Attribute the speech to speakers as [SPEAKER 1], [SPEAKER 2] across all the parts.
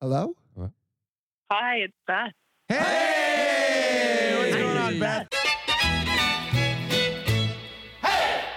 [SPEAKER 1] Hello?
[SPEAKER 2] Hi, it's Beth.
[SPEAKER 3] Hey!
[SPEAKER 4] What's going on,
[SPEAKER 3] Beth?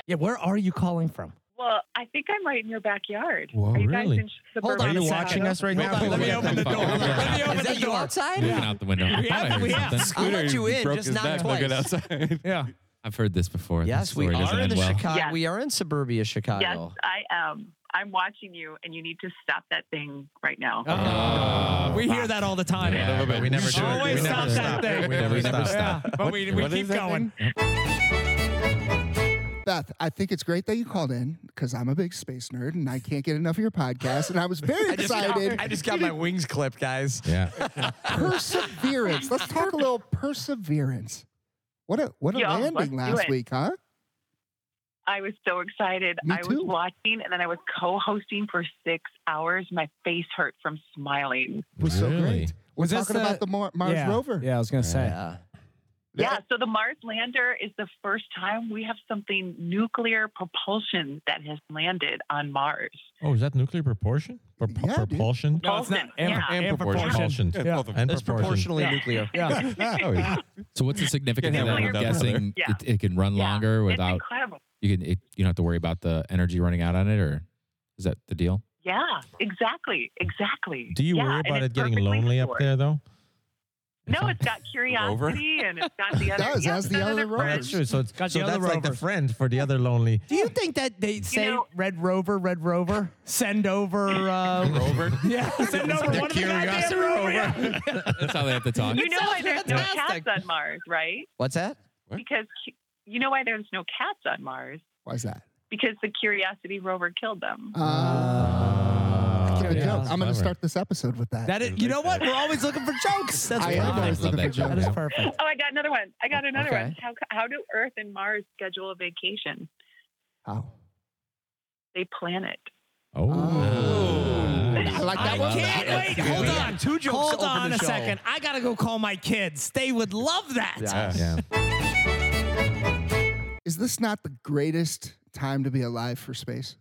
[SPEAKER 4] Yeah, where are you calling from?
[SPEAKER 2] Well, I think I'm right in your backyard.
[SPEAKER 3] Whoa,
[SPEAKER 2] Are you guys
[SPEAKER 3] really?
[SPEAKER 2] in
[SPEAKER 4] Hold
[SPEAKER 2] suburban
[SPEAKER 4] on,
[SPEAKER 3] Are you
[SPEAKER 4] Is that-
[SPEAKER 3] watching us right
[SPEAKER 4] Hold
[SPEAKER 3] now?
[SPEAKER 4] on, let me open the door. Hold on, Let me open
[SPEAKER 5] Is
[SPEAKER 4] the
[SPEAKER 5] that you
[SPEAKER 4] door.
[SPEAKER 5] outside?
[SPEAKER 6] Looking out the window. I thought I
[SPEAKER 4] we
[SPEAKER 6] heard
[SPEAKER 4] have.
[SPEAKER 6] something.
[SPEAKER 5] I'll let you in,
[SPEAKER 6] broke
[SPEAKER 5] just
[SPEAKER 6] his
[SPEAKER 5] not
[SPEAKER 6] neck
[SPEAKER 5] twice.
[SPEAKER 6] looking outside.
[SPEAKER 4] Yeah.
[SPEAKER 6] I've heard this before.
[SPEAKER 5] Yes,
[SPEAKER 6] This
[SPEAKER 5] we
[SPEAKER 6] story doesn't
[SPEAKER 5] are in
[SPEAKER 6] end
[SPEAKER 5] the
[SPEAKER 6] well.
[SPEAKER 5] Chicago.
[SPEAKER 2] Yes.
[SPEAKER 5] We are in suburbia Chicago.
[SPEAKER 2] Yes, I am. I'm watching you, and you need to stop that thing right now.
[SPEAKER 4] Uh, we hear that all the time.
[SPEAKER 6] Yeah, but we never
[SPEAKER 4] should.
[SPEAKER 6] do it.
[SPEAKER 4] Always
[SPEAKER 6] We never
[SPEAKER 4] stop
[SPEAKER 6] stop.
[SPEAKER 4] that thing.
[SPEAKER 6] We never
[SPEAKER 4] Yeah,
[SPEAKER 6] stop.
[SPEAKER 4] But we, we
[SPEAKER 6] What
[SPEAKER 4] keep
[SPEAKER 6] is that
[SPEAKER 4] going.
[SPEAKER 1] Beth, I think it's great that you called in because I'm a big space nerd and I can't get enough of your podcast. And I was very
[SPEAKER 5] I just, got,
[SPEAKER 1] excited.
[SPEAKER 5] I just got my wings clipped, guys.
[SPEAKER 6] Yeah.
[SPEAKER 1] perseverance. Let's talk a little perseverance. What a what a
[SPEAKER 2] Yeah, let's
[SPEAKER 1] landing
[SPEAKER 2] do
[SPEAKER 1] last
[SPEAKER 2] it.
[SPEAKER 1] week, huh?
[SPEAKER 2] I was so excited.
[SPEAKER 1] Me
[SPEAKER 2] I was
[SPEAKER 1] too.
[SPEAKER 2] watching, and then I was co-hosting for six hours. My face hurt from smiling.
[SPEAKER 1] was so
[SPEAKER 6] Really?
[SPEAKER 1] great. We're
[SPEAKER 4] Was this
[SPEAKER 1] talking
[SPEAKER 4] the-
[SPEAKER 1] about the Mar- Mars
[SPEAKER 4] yeah.
[SPEAKER 1] rover.
[SPEAKER 4] Yeah, I was going to say.
[SPEAKER 5] Yeah.
[SPEAKER 2] Yeah. So the Mars lander is the first time we have something nuclear propulsion that has landed on Mars.
[SPEAKER 3] Oh, is that nuclear proportion? Propo-
[SPEAKER 1] Yeah, dude.
[SPEAKER 3] propulsion?
[SPEAKER 4] No, it's not.
[SPEAKER 2] Propulsion,
[SPEAKER 4] And,
[SPEAKER 2] yeah.
[SPEAKER 4] and
[SPEAKER 3] And proportion.
[SPEAKER 4] proportion.
[SPEAKER 3] Propulsion.
[SPEAKER 4] Yeah.
[SPEAKER 3] And
[SPEAKER 5] It's proportionally
[SPEAKER 2] Yeah.
[SPEAKER 5] nuclear.
[SPEAKER 4] Yeah.
[SPEAKER 3] Oh, yeah.
[SPEAKER 6] So what's the significance
[SPEAKER 2] Yeah,
[SPEAKER 6] of that?
[SPEAKER 2] yeah,
[SPEAKER 6] I'm
[SPEAKER 3] yeah.
[SPEAKER 6] guessing
[SPEAKER 2] Yeah.
[SPEAKER 6] it, it can run
[SPEAKER 2] Yeah,
[SPEAKER 6] longer
[SPEAKER 2] it's
[SPEAKER 6] without
[SPEAKER 2] incredible.
[SPEAKER 6] you can it, you don't have to worry about the energy running out on it, or is that the deal?
[SPEAKER 2] Yeah, exactly, exactly.
[SPEAKER 3] Do you
[SPEAKER 2] Yeah,
[SPEAKER 3] worry
[SPEAKER 2] and
[SPEAKER 3] about
[SPEAKER 2] it's
[SPEAKER 3] it getting
[SPEAKER 2] perfectly
[SPEAKER 3] lonely up
[SPEAKER 2] restored.
[SPEAKER 3] there, though?
[SPEAKER 2] No, it's got curiosity and it's got the other.
[SPEAKER 1] does,
[SPEAKER 2] yeah,
[SPEAKER 1] has
[SPEAKER 2] it's
[SPEAKER 1] the
[SPEAKER 2] got
[SPEAKER 1] other
[SPEAKER 2] friend.
[SPEAKER 1] rovers.
[SPEAKER 3] That's true. So, it's,
[SPEAKER 4] Got
[SPEAKER 3] so
[SPEAKER 4] the
[SPEAKER 3] that's
[SPEAKER 4] other
[SPEAKER 3] like the
[SPEAKER 4] rovers.
[SPEAKER 3] friend for the other lonely.
[SPEAKER 4] Do you think that they say
[SPEAKER 2] know-
[SPEAKER 4] Red Rover, Red Rover, send over uh, Rover? Yeah, send over one of the goddamn Rover. yeah.
[SPEAKER 6] That's how they have to talk.
[SPEAKER 2] You know why there's no
[SPEAKER 5] fantastic.
[SPEAKER 2] cats on Mars, right?
[SPEAKER 5] What's that?
[SPEAKER 2] Because cu- you know why there's no cats on Mars?
[SPEAKER 1] Why's that?
[SPEAKER 2] Because the Curiosity rover killed them.
[SPEAKER 1] Uh, I can't
[SPEAKER 3] yeah,
[SPEAKER 1] joke.
[SPEAKER 3] that's
[SPEAKER 1] I'm going
[SPEAKER 3] clever.
[SPEAKER 1] to start this episode with that.
[SPEAKER 4] That is, you know what? We're always looking for jokes. That's
[SPEAKER 1] I
[SPEAKER 4] perfect.
[SPEAKER 1] am always
[SPEAKER 6] Love
[SPEAKER 1] looking for
[SPEAKER 6] that joke.
[SPEAKER 4] That is
[SPEAKER 1] jokes.
[SPEAKER 4] perfect.
[SPEAKER 2] Oh, I got another one. I got another
[SPEAKER 5] Okay.
[SPEAKER 2] one. How how do Earth and Mars schedule a vacation?
[SPEAKER 1] How?
[SPEAKER 2] They plan it.
[SPEAKER 3] Oh.
[SPEAKER 1] I like that
[SPEAKER 4] I
[SPEAKER 1] one.
[SPEAKER 4] can't wait.
[SPEAKER 5] good.
[SPEAKER 4] Hold
[SPEAKER 5] Yeah.
[SPEAKER 4] on. Two jokes.
[SPEAKER 5] Hold
[SPEAKER 4] Hold
[SPEAKER 5] on
[SPEAKER 4] on
[SPEAKER 5] the
[SPEAKER 4] a
[SPEAKER 5] show.
[SPEAKER 4] second. I gotta go call my kids. They would love that.
[SPEAKER 5] Yeah.
[SPEAKER 6] Yeah.
[SPEAKER 1] Is this not the greatest time to be alive for space?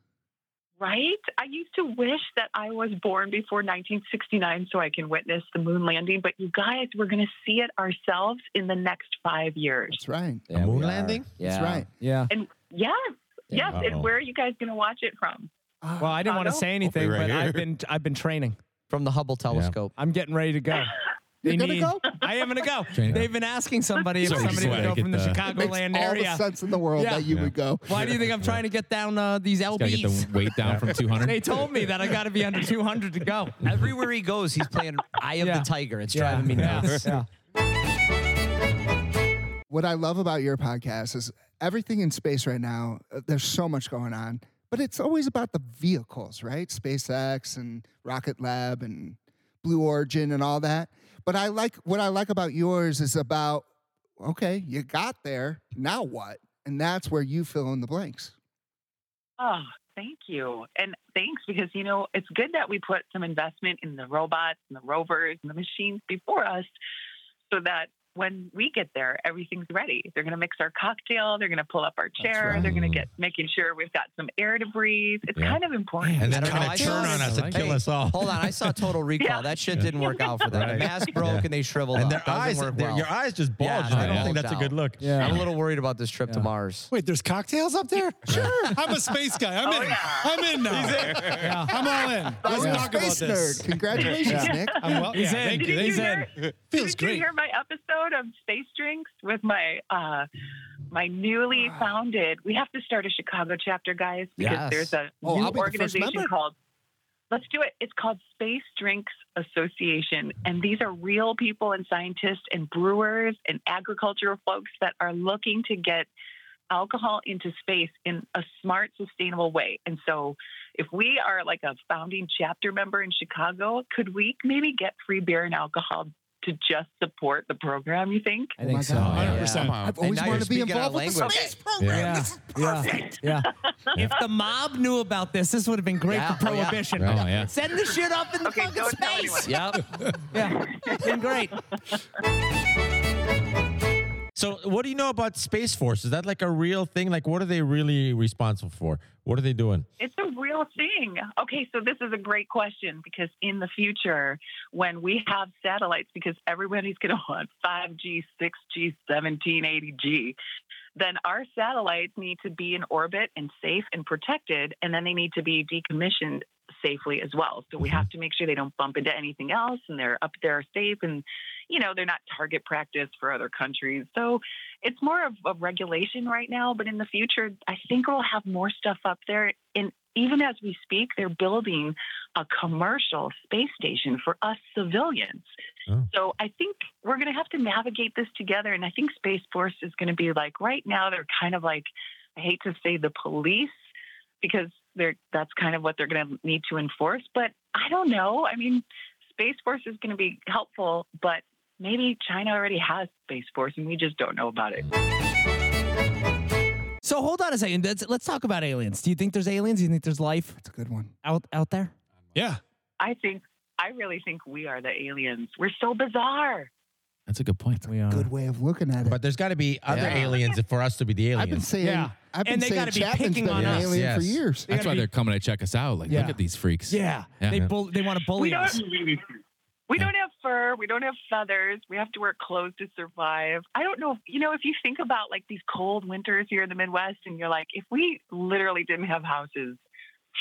[SPEAKER 2] Right? I used to wish that I was born before 1969 so I can witness the moon landing, but you guys, we're going to see it ourselves in the next five years.
[SPEAKER 1] That's right.
[SPEAKER 5] Yeah,
[SPEAKER 3] moon
[SPEAKER 5] we are.
[SPEAKER 3] landing?
[SPEAKER 5] Yeah.
[SPEAKER 1] That's right.
[SPEAKER 4] Yeah.
[SPEAKER 2] And yes, yes.
[SPEAKER 3] Uh-oh.
[SPEAKER 2] And where are you guys going to watch it from?
[SPEAKER 1] Ah,
[SPEAKER 4] Well, I didn't want to
[SPEAKER 2] Otto?
[SPEAKER 4] say anything,
[SPEAKER 3] right
[SPEAKER 4] but
[SPEAKER 3] here.
[SPEAKER 4] I've been I've been training.
[SPEAKER 5] From the Hubble telescope.
[SPEAKER 4] I'm getting ready to go.
[SPEAKER 1] You're
[SPEAKER 4] They
[SPEAKER 1] gonna
[SPEAKER 4] need-
[SPEAKER 1] go?
[SPEAKER 4] I am gonna go.
[SPEAKER 6] Training.
[SPEAKER 4] They've been asking somebody if
[SPEAKER 6] Sorry,
[SPEAKER 4] somebody
[SPEAKER 6] just
[SPEAKER 4] would
[SPEAKER 6] wanted
[SPEAKER 4] go
[SPEAKER 6] to
[SPEAKER 4] from the
[SPEAKER 6] get the-
[SPEAKER 1] makes
[SPEAKER 4] Chicagoland
[SPEAKER 1] all
[SPEAKER 4] area.
[SPEAKER 1] the sense in the world
[SPEAKER 4] Yeah.
[SPEAKER 1] that you would go.
[SPEAKER 4] Why do you think I'm trying to get down uh, these
[SPEAKER 6] Gotta get
[SPEAKER 4] LBs?
[SPEAKER 6] the weight down from 200.
[SPEAKER 4] They told me that I got to be under 200 to go.
[SPEAKER 5] Everywhere he goes, he's playing Eye of
[SPEAKER 4] Yeah.
[SPEAKER 5] the Tiger. It's
[SPEAKER 4] Yeah.
[SPEAKER 5] driving me nuts.
[SPEAKER 4] Yeah.
[SPEAKER 1] what I love about your podcast is everything in space right now, uh, there's so much going on, but it's always about the vehicles, right? SpaceX and Rocket Lab and Blue Origin and all that. But I like what I like about yours is about okay, you got there, now what? And that's where you fill in the blanks.
[SPEAKER 2] Oh, thank you. And thanks because, you know, it's good that we put some investment in the robots and the rovers and the machines before us so that when we get there, everything's ready. They're going to mix our cocktail. They're going to pull up our chair.
[SPEAKER 5] right.
[SPEAKER 2] They're going to get making sure we've got some air to breathe. It's
[SPEAKER 6] Yeah.
[SPEAKER 2] kind of important.
[SPEAKER 3] And
[SPEAKER 5] I don't
[SPEAKER 3] then they're
[SPEAKER 5] know,
[SPEAKER 3] going
[SPEAKER 5] I
[SPEAKER 3] to turn
[SPEAKER 5] feel-
[SPEAKER 3] on us
[SPEAKER 6] Like-
[SPEAKER 3] and kill us all.
[SPEAKER 6] Oh,
[SPEAKER 5] Hold on. I saw Total Recall.
[SPEAKER 2] Yeah.
[SPEAKER 5] That shit didn't work out for them. The
[SPEAKER 3] Right.
[SPEAKER 5] mask broke
[SPEAKER 6] Yeah.
[SPEAKER 5] and they shriveled
[SPEAKER 3] And
[SPEAKER 5] up.
[SPEAKER 3] their
[SPEAKER 5] Doesn't
[SPEAKER 3] eyes,
[SPEAKER 5] work
[SPEAKER 3] their-
[SPEAKER 5] well.
[SPEAKER 3] your eyes just bulge.
[SPEAKER 5] Yeah,
[SPEAKER 3] I
[SPEAKER 5] they
[SPEAKER 3] don't think
[SPEAKER 5] bulge
[SPEAKER 3] that's a
[SPEAKER 5] out.
[SPEAKER 3] good look.
[SPEAKER 4] Yeah.
[SPEAKER 5] I'm a little worried about this trip to Mars.
[SPEAKER 7] Wait, there's cocktails up there? Sure. I'm a space guy.
[SPEAKER 2] Oh,
[SPEAKER 7] I'm in. I'm in now. I'm all in. Let's
[SPEAKER 1] You're a
[SPEAKER 7] talk about
[SPEAKER 1] space
[SPEAKER 7] this.
[SPEAKER 1] nerd. Congratulations, Nick.
[SPEAKER 7] I'm well,
[SPEAKER 4] He's
[SPEAKER 7] yeah,
[SPEAKER 4] in.
[SPEAKER 7] Thank you.
[SPEAKER 2] Did you
[SPEAKER 7] He's in.
[SPEAKER 2] hear,
[SPEAKER 7] Feels
[SPEAKER 2] did you
[SPEAKER 7] great.
[SPEAKER 2] hear my episode of Space Drinks with my uh, my newly
[SPEAKER 7] Ah.
[SPEAKER 2] founded? We have to start a Chicago chapter, guys, because
[SPEAKER 5] Yes.
[SPEAKER 2] there's a
[SPEAKER 1] Oh,
[SPEAKER 2] new
[SPEAKER 1] I'll be the first
[SPEAKER 2] organization
[SPEAKER 1] member.
[SPEAKER 2] called. Let's do it. It's called Space Drinks Association, and these are real people and scientists and brewers and agricultural folks that are looking to get alcohol into space in a smart, sustainable way. And so, if we are like a founding chapter member in Chicago, could we maybe get free beer and alcohol to just support the program? You think?
[SPEAKER 4] I think
[SPEAKER 1] my
[SPEAKER 4] so.
[SPEAKER 1] God.
[SPEAKER 4] yeah.
[SPEAKER 7] 100%.
[SPEAKER 1] I've
[SPEAKER 5] And
[SPEAKER 1] always
[SPEAKER 5] Oh, now you're
[SPEAKER 1] wanted to be
[SPEAKER 5] speaking our
[SPEAKER 1] involved with the
[SPEAKER 5] language.
[SPEAKER 1] space program.
[SPEAKER 3] Yeah.
[SPEAKER 1] This is
[SPEAKER 4] Yeah.
[SPEAKER 1] perfect.
[SPEAKER 4] Yeah. If the mob knew about this, this would have been great
[SPEAKER 5] Yeah.
[SPEAKER 4] for
[SPEAKER 5] Oh, yeah.
[SPEAKER 4] prohibition.
[SPEAKER 6] Oh, yeah.
[SPEAKER 4] Send the shit up in the
[SPEAKER 2] Okay,
[SPEAKER 4] fucking
[SPEAKER 2] don't tell
[SPEAKER 4] space.
[SPEAKER 2] anyone.
[SPEAKER 5] Yep.
[SPEAKER 4] Yeah. Been great.
[SPEAKER 6] So, what do you know about Space Force? Is that like a real thing? Like, what are they really responsible for? What are they doing?
[SPEAKER 2] It's a real thing. Okay, so this is a great question because in the future, when we have satellites, because everybody's going to want 5G, 6G, 17, 80G, then our satellites need to be in orbit and safe and protected, and then they need to be decommissioned safely as well. So we have to make sure they don't bump into anything else and they're up there safe and, you know, they're not target practice for other countries. So it's more of a regulation right now, but in the future, I think we'll have more stuff up there. And even as we speak, they're building a commercial space station for us civilians.
[SPEAKER 6] Oh.
[SPEAKER 2] So I think we're going to have to navigate this together. And I think Space Force is going to be like, right now, they're kind of like, I hate to say the police because they're, that's kind of what they're going to need to enforce. But I don't know. I mean, Space Force is going to be helpful, but maybe China already has Space Force and we just don't know about it.
[SPEAKER 8] So hold on a second. Let's, let's talk about aliens. Do you think there's aliens? Do you think there's life
[SPEAKER 1] That's a good one.
[SPEAKER 8] out out there?
[SPEAKER 7] Yeah.
[SPEAKER 2] I think I really think we are the aliens. We're so bizarre.
[SPEAKER 9] That's a good point.
[SPEAKER 8] We are.
[SPEAKER 6] Uh.
[SPEAKER 1] Good way of looking at it.
[SPEAKER 6] But there's got to be other
[SPEAKER 5] Yeah.
[SPEAKER 6] aliens for us to be the aliens.
[SPEAKER 1] I've been saying,
[SPEAKER 8] Yeah.
[SPEAKER 1] I've been
[SPEAKER 8] And they
[SPEAKER 1] saying
[SPEAKER 8] gotta be
[SPEAKER 1] Chapman's
[SPEAKER 8] picking
[SPEAKER 1] been
[SPEAKER 8] on
[SPEAKER 1] an
[SPEAKER 8] us.
[SPEAKER 1] alien for
[SPEAKER 6] Yes.
[SPEAKER 1] years.
[SPEAKER 9] That's why they're coming to check us out. Like,
[SPEAKER 8] Yeah.
[SPEAKER 9] look at these freaks.
[SPEAKER 8] Yeah.
[SPEAKER 9] Yeah.
[SPEAKER 8] They bull- they want to
[SPEAKER 5] Oh,
[SPEAKER 8] bully
[SPEAKER 2] We don't.
[SPEAKER 8] us.
[SPEAKER 2] We don't have fur. We don't have feathers. We have to wear clothes to survive. I don't know. If, you know, if you think about like these cold winters here in the Midwest, and you're like, if we literally didn't have houses,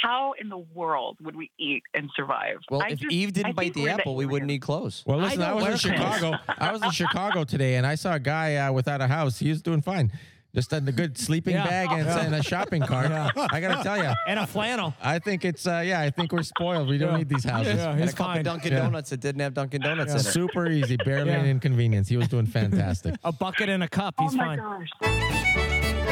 [SPEAKER 2] how in the world would we eat and survive?
[SPEAKER 5] Well,
[SPEAKER 2] I
[SPEAKER 5] if
[SPEAKER 2] just-
[SPEAKER 5] Eve
[SPEAKER 2] I
[SPEAKER 5] didn't bite
[SPEAKER 2] think
[SPEAKER 5] the
[SPEAKER 2] we're
[SPEAKER 5] apple, we wouldn't
[SPEAKER 2] aliens.
[SPEAKER 5] need clothes.
[SPEAKER 6] Well, listen, I,
[SPEAKER 8] don't
[SPEAKER 6] was in
[SPEAKER 8] wear clothes.
[SPEAKER 6] Chicago. I was in Chicago today, and I saw a guy uh, without a house. He was doing fine, just in a good sleeping
[SPEAKER 8] Yeah.
[SPEAKER 6] bag and, and a shopping cart. I gotta tell you,
[SPEAKER 8] And a flannel.
[SPEAKER 6] I think it's uh, yeah. I think we're spoiled. We don't
[SPEAKER 8] Yeah.
[SPEAKER 6] need these houses.
[SPEAKER 8] Yeah,
[SPEAKER 5] And
[SPEAKER 8] he's
[SPEAKER 5] a couple
[SPEAKER 8] fine.
[SPEAKER 5] Dunkin'
[SPEAKER 6] Yeah.
[SPEAKER 5] Donuts that didn't have Dunkin' Donuts in it.
[SPEAKER 6] Super easy, barely
[SPEAKER 8] Yeah.
[SPEAKER 6] an inconvenience. He was doing fantastic.
[SPEAKER 8] A bucket and a cup. He's
[SPEAKER 2] Oh my
[SPEAKER 8] fine.
[SPEAKER 2] gosh!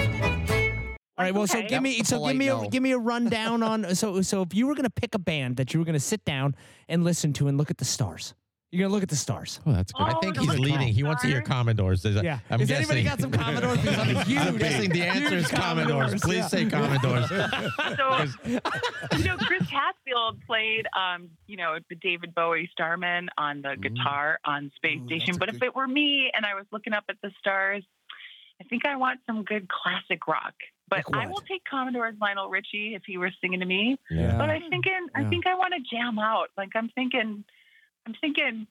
[SPEAKER 8] All right. Well, so
[SPEAKER 2] Okay.
[SPEAKER 8] give me
[SPEAKER 5] That's a
[SPEAKER 8] so give
[SPEAKER 5] polite
[SPEAKER 8] me a,
[SPEAKER 5] no.
[SPEAKER 8] give me a rundown on so so if you were gonna pick a band that you were gonna sit down and listen to and look at the stars, you're gonna look at the stars.
[SPEAKER 9] Oh, that's good.
[SPEAKER 6] I think
[SPEAKER 2] Oh,
[SPEAKER 6] he's
[SPEAKER 2] no.
[SPEAKER 6] leading. He wants to hear Commodores. There's a-
[SPEAKER 8] Yeah.
[SPEAKER 6] I'm
[SPEAKER 8] Has
[SPEAKER 6] guessing,
[SPEAKER 8] anybody got some Commodores? Because I'm a huge-
[SPEAKER 6] I'm guessing the answer
[SPEAKER 8] huge
[SPEAKER 6] is Commodores.
[SPEAKER 8] Commodores,
[SPEAKER 6] Please
[SPEAKER 8] yeah.
[SPEAKER 6] say Commodores.
[SPEAKER 2] So, you know, Chris Hatfield played, um, you know, the David Bowie Starman on the guitar on Space
[SPEAKER 1] Mm. Ooh,
[SPEAKER 2] Station.
[SPEAKER 1] that's a
[SPEAKER 2] But if
[SPEAKER 1] good-
[SPEAKER 2] it were me and I was looking up at the stars, I think I want some good classic rock. But
[SPEAKER 8] Like
[SPEAKER 2] I
[SPEAKER 8] what?
[SPEAKER 2] will take Commodore's Lionel Richie if he were singing to me.
[SPEAKER 1] Uh,
[SPEAKER 6] Yeah.
[SPEAKER 2] But I'm thinking, I
[SPEAKER 5] Yeah.
[SPEAKER 2] think I want to jam out. Like I'm thinking, I'm thinking,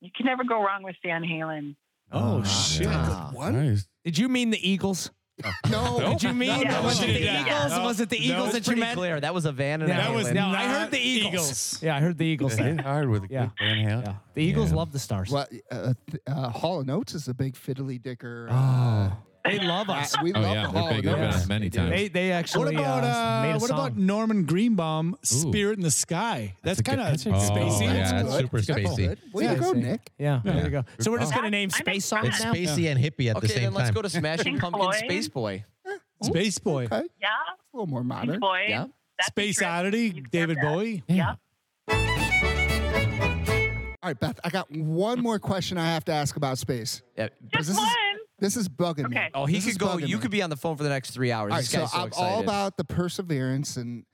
[SPEAKER 2] you can never go wrong with Van Halen.
[SPEAKER 8] Oh,
[SPEAKER 9] shit.
[SPEAKER 1] Good one.
[SPEAKER 9] Nice.
[SPEAKER 8] Did you mean the Eagles?
[SPEAKER 1] Oh, No,
[SPEAKER 8] Did you mean
[SPEAKER 5] No,
[SPEAKER 8] was it
[SPEAKER 5] she
[SPEAKER 8] the
[SPEAKER 5] did not.
[SPEAKER 8] Eagles?
[SPEAKER 7] No.
[SPEAKER 8] Was it the
[SPEAKER 7] No,
[SPEAKER 8] Eagles
[SPEAKER 7] it's
[SPEAKER 8] that you
[SPEAKER 5] Pretty
[SPEAKER 8] meant?
[SPEAKER 5] clear. That was a van and
[SPEAKER 8] No,
[SPEAKER 5] an
[SPEAKER 7] That was
[SPEAKER 5] island.
[SPEAKER 8] no, I heard
[SPEAKER 7] not
[SPEAKER 8] the Eagles.
[SPEAKER 7] Eagles.
[SPEAKER 8] Yeah, I heard the Eagles.
[SPEAKER 9] Hit hard with a
[SPEAKER 8] Yeah.
[SPEAKER 9] good hand.
[SPEAKER 8] Yeah. The Eagles
[SPEAKER 9] Yeah.
[SPEAKER 8] love the stars.
[SPEAKER 1] Well, uh, th- uh, Hall and Oates is a big fiddly dicker. Uh,
[SPEAKER 8] Oh, they love us.
[SPEAKER 1] we
[SPEAKER 9] Oh,
[SPEAKER 1] love
[SPEAKER 9] yeah.
[SPEAKER 1] the
[SPEAKER 9] They're
[SPEAKER 1] Hall
[SPEAKER 9] big.
[SPEAKER 1] and
[SPEAKER 9] We've been
[SPEAKER 1] Oates.
[SPEAKER 9] on many times.
[SPEAKER 8] They they
[SPEAKER 7] What
[SPEAKER 8] actually
[SPEAKER 7] about
[SPEAKER 8] uh, made
[SPEAKER 7] uh,
[SPEAKER 8] a
[SPEAKER 7] what
[SPEAKER 8] song.
[SPEAKER 7] about Norman Greenbaum, Spirit in the Sky? That's,
[SPEAKER 9] a good-
[SPEAKER 7] kind of
[SPEAKER 9] that's a
[SPEAKER 7] spacey.
[SPEAKER 9] good-
[SPEAKER 7] That's
[SPEAKER 6] Oh, yeah,
[SPEAKER 7] cool.
[SPEAKER 6] it's super
[SPEAKER 1] That's
[SPEAKER 6] spacey.
[SPEAKER 1] good. Way to go, Nick.
[SPEAKER 8] yeah, there you go. So we're just
[SPEAKER 2] call.
[SPEAKER 8] gonna name
[SPEAKER 2] I'm
[SPEAKER 8] space
[SPEAKER 2] impressed.
[SPEAKER 8] songs
[SPEAKER 6] It's E,
[SPEAKER 8] now.
[SPEAKER 6] spacey and hippie at
[SPEAKER 5] Okay,
[SPEAKER 6] the same
[SPEAKER 5] then let's
[SPEAKER 6] time.
[SPEAKER 5] go to Smashing
[SPEAKER 2] Pink
[SPEAKER 5] Pumpkin
[SPEAKER 2] Floyd.
[SPEAKER 5] Space Boy.
[SPEAKER 7] Space Boy,
[SPEAKER 1] Okay.
[SPEAKER 2] Yeah,
[SPEAKER 1] A little more
[SPEAKER 2] Pink
[SPEAKER 1] modern.
[SPEAKER 2] Floyd.
[SPEAKER 5] Yeah.
[SPEAKER 2] That's a
[SPEAKER 7] Space
[SPEAKER 2] trip.
[SPEAKER 7] Oddity,
[SPEAKER 2] You've
[SPEAKER 7] David
[SPEAKER 2] said that.
[SPEAKER 7] Bowie.
[SPEAKER 2] Yeah.
[SPEAKER 1] All right, Beth, I got one more question I have to ask about space.
[SPEAKER 5] Yeah.
[SPEAKER 1] Because
[SPEAKER 2] Just
[SPEAKER 1] this
[SPEAKER 2] one.
[SPEAKER 1] is, this is bugging me.
[SPEAKER 2] Okay.
[SPEAKER 5] Oh, he
[SPEAKER 1] This is
[SPEAKER 5] could go.
[SPEAKER 1] bugging
[SPEAKER 5] You
[SPEAKER 1] me.
[SPEAKER 5] could be on the phone for the next three hours.
[SPEAKER 1] All right,
[SPEAKER 5] this
[SPEAKER 1] so
[SPEAKER 5] guy's so,
[SPEAKER 1] I'm
[SPEAKER 5] excited.
[SPEAKER 1] all about the perseverance and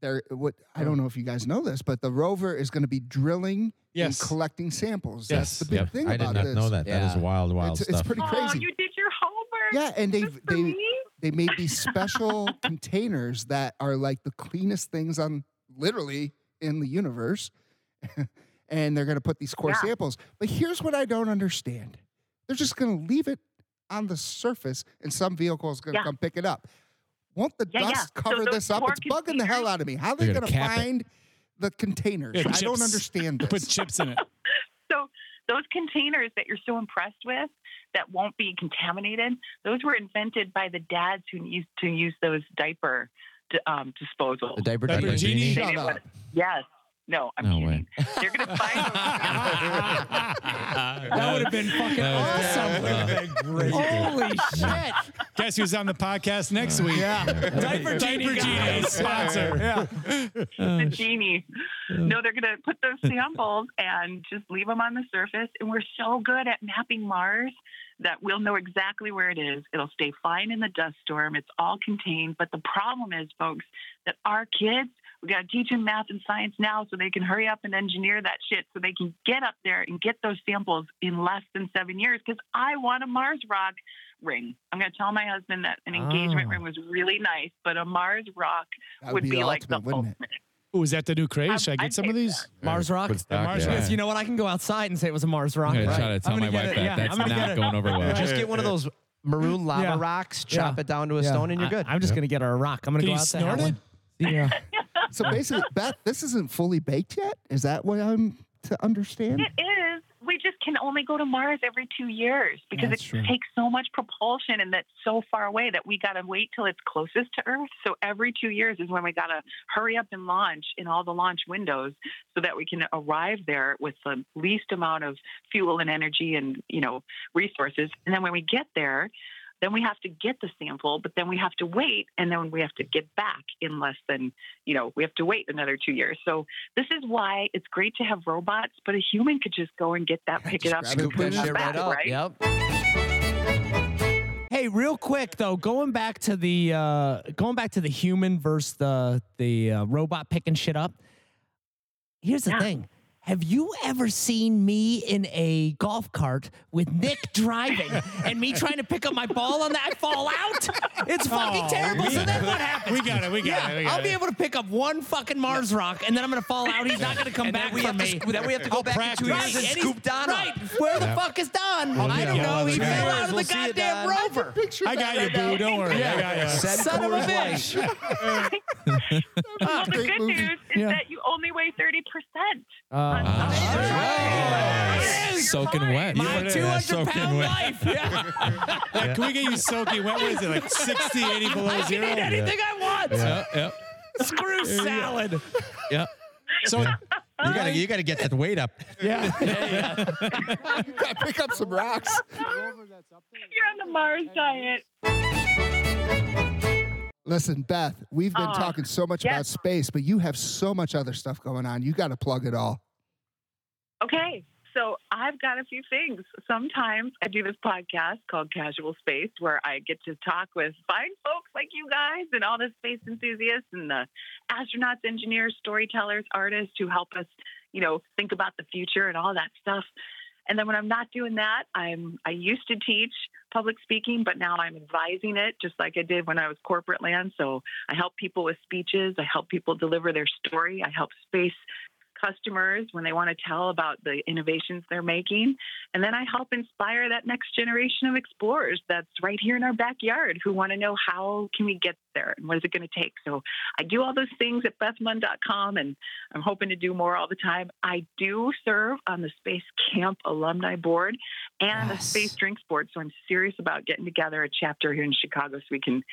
[SPEAKER 1] there. What I don't know if you guys know this, but the rover is going to be drilling
[SPEAKER 7] Yes.
[SPEAKER 1] and collecting samples.
[SPEAKER 7] Yes.
[SPEAKER 1] That's the big
[SPEAKER 6] Yeah,
[SPEAKER 1] thing
[SPEAKER 6] I did
[SPEAKER 1] about
[SPEAKER 6] not
[SPEAKER 1] this.
[SPEAKER 6] know that. That
[SPEAKER 5] Yeah.
[SPEAKER 6] is wild, wild
[SPEAKER 1] It's,
[SPEAKER 6] stuff.
[SPEAKER 1] it's pretty
[SPEAKER 2] Oh,
[SPEAKER 1] crazy.
[SPEAKER 2] you did your homework.
[SPEAKER 1] yeah, and
[SPEAKER 2] Just
[SPEAKER 1] they've
[SPEAKER 2] for
[SPEAKER 1] they
[SPEAKER 2] me?
[SPEAKER 1] they made these special containers that are like the cleanest things on literally in the universe. and they're going to put these core
[SPEAKER 2] Yeah.
[SPEAKER 1] samples. But here's what I don't understand they're just going to leave it on the surface and some vehicle is going to
[SPEAKER 2] Yeah.
[SPEAKER 1] come pick it up. Won't the
[SPEAKER 2] Yeah, yeah.
[SPEAKER 1] dust
[SPEAKER 2] So
[SPEAKER 1] cover
[SPEAKER 2] those
[SPEAKER 1] this up?
[SPEAKER 2] core
[SPEAKER 1] It's bugging the hell
[SPEAKER 2] containers-
[SPEAKER 1] out of me. How are they
[SPEAKER 9] They're
[SPEAKER 1] going to
[SPEAKER 9] gonna cap it.
[SPEAKER 1] find the containers?
[SPEAKER 7] Yeah,
[SPEAKER 1] I don't
[SPEAKER 7] chips.
[SPEAKER 1] understand this.
[SPEAKER 7] Put chips in it.
[SPEAKER 2] So those containers that you're so impressed with that won't be contaminated, those were invented by the dads who used to use those diaper d- um, disposal.
[SPEAKER 5] the diaper
[SPEAKER 7] Diaper
[SPEAKER 5] genie.
[SPEAKER 7] genie.
[SPEAKER 2] They
[SPEAKER 1] Shut
[SPEAKER 2] did
[SPEAKER 1] up.
[SPEAKER 2] what- yes. No, I'm
[SPEAKER 9] No
[SPEAKER 2] kidding.
[SPEAKER 9] way.
[SPEAKER 2] They're gonna find
[SPEAKER 1] Ah,
[SPEAKER 2] those.
[SPEAKER 8] That would have been fucking awesome. Holy shit!
[SPEAKER 7] Guess who's on the podcast next
[SPEAKER 10] Uh,
[SPEAKER 7] week? Yeah. Diaper Genie
[SPEAKER 8] guy.
[SPEAKER 7] sponsor.
[SPEAKER 8] Yeah.
[SPEAKER 2] the genie. No, they're going to put those samples and just leave them on the surface. And we're so good at mapping Mars that we'll know exactly where it is. It'll stay fine in the dust storm. It's all contained. But the problem is, folks, that our kids We got to teach them math and science now so they can hurry up and engineer that shit so they can get up there and get those samples in less than seven years because I want a Mars rock ring. I'm going to tell my husband that an engagement
[SPEAKER 3] Ah.
[SPEAKER 10] Oh.
[SPEAKER 2] ring was really nice, but a Mars rock
[SPEAKER 1] That
[SPEAKER 2] would be, like the
[SPEAKER 1] ultimate, wouldn't
[SPEAKER 2] ultimate.
[SPEAKER 3] Ooh, is that the new
[SPEAKER 2] I'm-
[SPEAKER 4] Um,
[SPEAKER 3] craze? Should I get
[SPEAKER 2] I'd
[SPEAKER 3] some of
[SPEAKER 2] take
[SPEAKER 3] these?
[SPEAKER 4] Mars Rock.
[SPEAKER 10] Good stock,
[SPEAKER 3] Mars
[SPEAKER 10] yeah.
[SPEAKER 4] Because you know what? I can go outside and say it was a Mars rock.
[SPEAKER 10] I'm gonna
[SPEAKER 4] right?
[SPEAKER 10] try to tell
[SPEAKER 4] I'm
[SPEAKER 10] my
[SPEAKER 4] gonna
[SPEAKER 10] wife
[SPEAKER 4] get
[SPEAKER 10] that.
[SPEAKER 4] it. Yeah,
[SPEAKER 10] That's
[SPEAKER 4] I'm gonna get
[SPEAKER 10] not
[SPEAKER 4] it.
[SPEAKER 10] going over well.
[SPEAKER 5] Just get one of those maroon lava
[SPEAKER 4] Yeah.
[SPEAKER 5] rocks,
[SPEAKER 4] Yeah.
[SPEAKER 5] chop it down to a
[SPEAKER 4] Yeah.
[SPEAKER 5] stone, and you're good.
[SPEAKER 4] I, am just gonna get her a rock. I'm gonna
[SPEAKER 3] Can
[SPEAKER 4] go
[SPEAKER 3] you
[SPEAKER 4] out to that
[SPEAKER 3] snort it?
[SPEAKER 4] one. Yeah.
[SPEAKER 1] it? So basically, Beth, this isn't fully baked yet. Is that what I'm to understand?
[SPEAKER 2] It is. We just can only go to Mars every two years because
[SPEAKER 1] That's
[SPEAKER 2] it
[SPEAKER 1] true.
[SPEAKER 2] takes so much propulsion and that's so far away that we got to wait till it's closest to Earth. So every two years is when we got to hurry up and launch in all the launch windows so that we can arrive there with the least amount of fuel and energy and, you know, resources. And then when we get there, then we have to get the sample, but then we have to wait, and then we have to get back in less than, you know, we have to wait another two years. So this is why it's great to have robots, but a human could just go and get that, pick it
[SPEAKER 1] just
[SPEAKER 2] up,
[SPEAKER 1] grab
[SPEAKER 2] and
[SPEAKER 1] it,
[SPEAKER 5] Scoop
[SPEAKER 1] put
[SPEAKER 5] that
[SPEAKER 2] bring
[SPEAKER 1] it in
[SPEAKER 5] shit
[SPEAKER 2] it back,
[SPEAKER 5] right up.
[SPEAKER 2] right?
[SPEAKER 5] Yep.
[SPEAKER 4] Hey, real quick though, going back to the uh, going back to the human versus the the uh, robot picking shit up. Here's the
[SPEAKER 2] Yeah.
[SPEAKER 4] thing: Have you ever seen me in a golf cart with Nick driving and me trying to pick up my ball on that? I fall out. It's fucking
[SPEAKER 3] Oh,
[SPEAKER 4] terrible.
[SPEAKER 3] we-
[SPEAKER 4] So then what happens?
[SPEAKER 3] We got it. We got
[SPEAKER 4] yeah,
[SPEAKER 3] it. We got
[SPEAKER 4] I'll be
[SPEAKER 3] it.
[SPEAKER 4] able to pick up one fucking Mars rock, and then I'm gonna fall out. He's not gonna come
[SPEAKER 5] And
[SPEAKER 4] back
[SPEAKER 5] then we
[SPEAKER 4] for
[SPEAKER 5] have
[SPEAKER 4] me.
[SPEAKER 5] to then we have to go back in two
[SPEAKER 4] Right,
[SPEAKER 5] years and
[SPEAKER 4] and he's-
[SPEAKER 5] scoop Donna.
[SPEAKER 4] Right, where the fuck is Don? I don't
[SPEAKER 3] yeah.
[SPEAKER 4] know. He
[SPEAKER 3] Yeah.
[SPEAKER 4] fell out of
[SPEAKER 5] We'll
[SPEAKER 4] the
[SPEAKER 5] see you,
[SPEAKER 4] goddamn
[SPEAKER 5] Don.
[SPEAKER 4] rover.
[SPEAKER 1] Picture
[SPEAKER 3] I
[SPEAKER 1] that
[SPEAKER 3] got you,
[SPEAKER 1] right now.
[SPEAKER 3] boo. Don't worry. I got you.
[SPEAKER 5] Send
[SPEAKER 4] Son of a
[SPEAKER 5] Coors Light.
[SPEAKER 4] bitch.
[SPEAKER 2] Well, the
[SPEAKER 1] Great
[SPEAKER 2] good
[SPEAKER 1] movie.
[SPEAKER 2] news is
[SPEAKER 4] Yeah.
[SPEAKER 2] that you only weigh 30%.
[SPEAKER 4] Uh,
[SPEAKER 2] Nice.
[SPEAKER 10] Soaking wet.
[SPEAKER 4] my
[SPEAKER 3] put it in
[SPEAKER 4] 200 pound life. Yeah.
[SPEAKER 3] Like, can we get you soaking wet? What is it, like 60, 80 below
[SPEAKER 4] I can
[SPEAKER 3] zero?
[SPEAKER 4] eat anything I want.
[SPEAKER 10] Yep, yep,
[SPEAKER 4] Screw salad.
[SPEAKER 10] yep.
[SPEAKER 3] So
[SPEAKER 6] You gotta, you gotta get that weight up.
[SPEAKER 1] Pick up some rocks.
[SPEAKER 2] You're on the Mars diet.
[SPEAKER 1] Listen, Beth, we've been
[SPEAKER 2] Uh,
[SPEAKER 1] talking so much
[SPEAKER 2] yes.
[SPEAKER 1] about space, but you have so much other stuff going on. You got to plug it all.
[SPEAKER 2] Okay. So I've got a few things. Sometimes I do this podcast called Casual Space where I get to talk with fine folks like you guys and all the space enthusiasts and the astronauts, engineers, storytellers, artists who help us, you know, think about the future and all that stuff. And then when I'm not doing that, I'm I used to teach public speaking, but now I'm advising it just like I did when I was corporate land. So I help people with speeches, I help people deliver their story, I help space customers when they want to tell about the innovations they're making. And then I help inspire that next generation of explorers that's right here in our backyard who want to know how can we get there and what is it going to take. So I do all those things at bethmunn.com and I'm hoping to do more all the time. I do serve on the Space Camp Alumni Board and the
[SPEAKER 5] Yes.
[SPEAKER 2] Space Drinks Board. So I'm serious about getting together a chapter here in Chicago so we can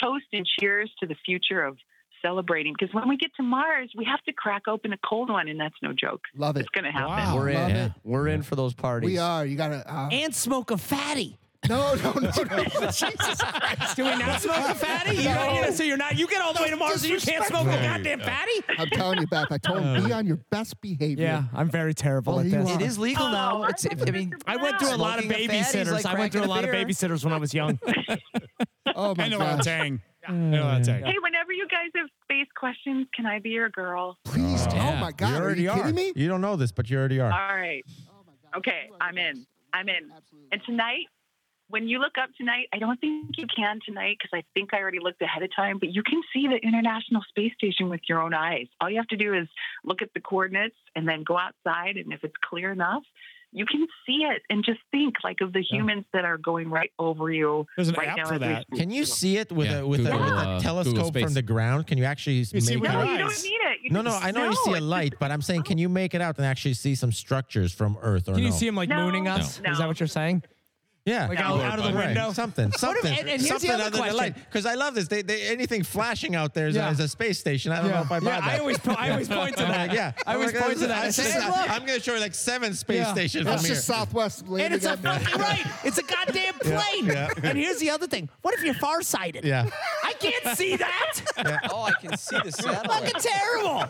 [SPEAKER 2] toast and cheers to the future of celebrating because when we get to Mars, we have to crack open a cold one, and that's no joke.
[SPEAKER 1] Love it.
[SPEAKER 2] It's going to happen.
[SPEAKER 1] Wow.
[SPEAKER 5] We're in.
[SPEAKER 1] Love
[SPEAKER 10] Yeah.
[SPEAKER 1] it.
[SPEAKER 5] We're in for those parties.
[SPEAKER 1] We are. You got to. Uh,
[SPEAKER 4] And smoke a fatty.
[SPEAKER 1] no, no, no, no.
[SPEAKER 4] Do we not smoke a fatty? You don't- you know, so you're not. You get all the way to Mars and you can't smoke a goddamn fatty.
[SPEAKER 1] I'm telling you, Beth, I told him, be on your best behavior.
[SPEAKER 4] Yeah, I'm very terrible
[SPEAKER 1] Well, you
[SPEAKER 4] at this.
[SPEAKER 1] are.
[SPEAKER 5] It is legal
[SPEAKER 2] Oh,
[SPEAKER 5] now. It's. Oh, I mean,
[SPEAKER 4] I went through a lot of
[SPEAKER 5] Smoking a fatty's
[SPEAKER 4] babysitters.
[SPEAKER 5] like
[SPEAKER 4] I went through
[SPEAKER 5] cracking
[SPEAKER 4] a
[SPEAKER 5] a
[SPEAKER 4] lot of
[SPEAKER 5] beer.
[SPEAKER 4] babysitters when I was young.
[SPEAKER 1] Oh, my
[SPEAKER 3] I know how to
[SPEAKER 1] God.
[SPEAKER 3] tang. I know how to tang.
[SPEAKER 2] Hey, whenever you guys have space questions, can I be your girl?
[SPEAKER 1] Please. Oh,
[SPEAKER 10] Yeah.
[SPEAKER 1] my God. Are you kidding me?
[SPEAKER 6] You don't know this, but you already are.
[SPEAKER 2] All right. Okay, I'm in. I'm in. And tonight, when you look up tonight, I don't think you can tonight because I think I already looked ahead of time, but you can see the International Space Station with your own eyes. All you have to do is look at the coordinates and then go outside. And if it's clear enough, you can see it and just think like of the humans that are going right over you.
[SPEAKER 3] There's an
[SPEAKER 2] right
[SPEAKER 3] app
[SPEAKER 2] now
[SPEAKER 3] for
[SPEAKER 2] as we
[SPEAKER 3] that.
[SPEAKER 2] speak.
[SPEAKER 6] Can you see it with
[SPEAKER 10] Yeah,
[SPEAKER 6] a with a,
[SPEAKER 10] Google,
[SPEAKER 6] with a
[SPEAKER 10] uh, Google
[SPEAKER 6] telescope
[SPEAKER 10] Space.
[SPEAKER 6] from the ground? Can you actually
[SPEAKER 3] You see
[SPEAKER 6] make
[SPEAKER 3] with
[SPEAKER 6] out?
[SPEAKER 2] No, you
[SPEAKER 3] your
[SPEAKER 2] don't
[SPEAKER 3] eyes?
[SPEAKER 2] need it. You
[SPEAKER 6] No,
[SPEAKER 2] just-
[SPEAKER 6] no, I know you see
[SPEAKER 2] it's
[SPEAKER 6] a
[SPEAKER 2] just-
[SPEAKER 6] light, but I'm saying, can you make it out and actually see some structures from Earth or
[SPEAKER 4] Can
[SPEAKER 6] no?
[SPEAKER 4] you see him like
[SPEAKER 2] No.
[SPEAKER 4] mooning us?
[SPEAKER 2] No.
[SPEAKER 4] Is that what you're saying?
[SPEAKER 6] Yeah,
[SPEAKER 4] Like out- out of the
[SPEAKER 6] Right.
[SPEAKER 4] window?
[SPEAKER 6] Something, something,
[SPEAKER 4] and- and here's the
[SPEAKER 6] something
[SPEAKER 4] other
[SPEAKER 6] other than
[SPEAKER 4] question.
[SPEAKER 6] light. Because I love this. They, they, anything flashing out there is,
[SPEAKER 4] Yeah.
[SPEAKER 6] is a space station. I don't know if I buy
[SPEAKER 4] yeah,
[SPEAKER 6] that.
[SPEAKER 4] I always, po- I always point to
[SPEAKER 6] I'm
[SPEAKER 4] that.
[SPEAKER 6] like, yeah,
[SPEAKER 4] I always
[SPEAKER 6] I'm like,
[SPEAKER 4] point to that.
[SPEAKER 6] I
[SPEAKER 4] I say,
[SPEAKER 6] said,
[SPEAKER 4] "Hey, look,
[SPEAKER 6] I'm going to show you like seven space
[SPEAKER 4] Yeah.
[SPEAKER 6] stations
[SPEAKER 1] That's
[SPEAKER 6] from here.
[SPEAKER 1] just Southwest
[SPEAKER 4] and
[SPEAKER 1] landing.
[SPEAKER 4] it's a
[SPEAKER 1] on-
[SPEAKER 4] fucking right. It's a goddamn plane. And here's the other thing. What if you're farsighted?
[SPEAKER 6] yeah,
[SPEAKER 4] I can't see that.
[SPEAKER 5] Oh, I can see the satellite.
[SPEAKER 4] Fucking terrible.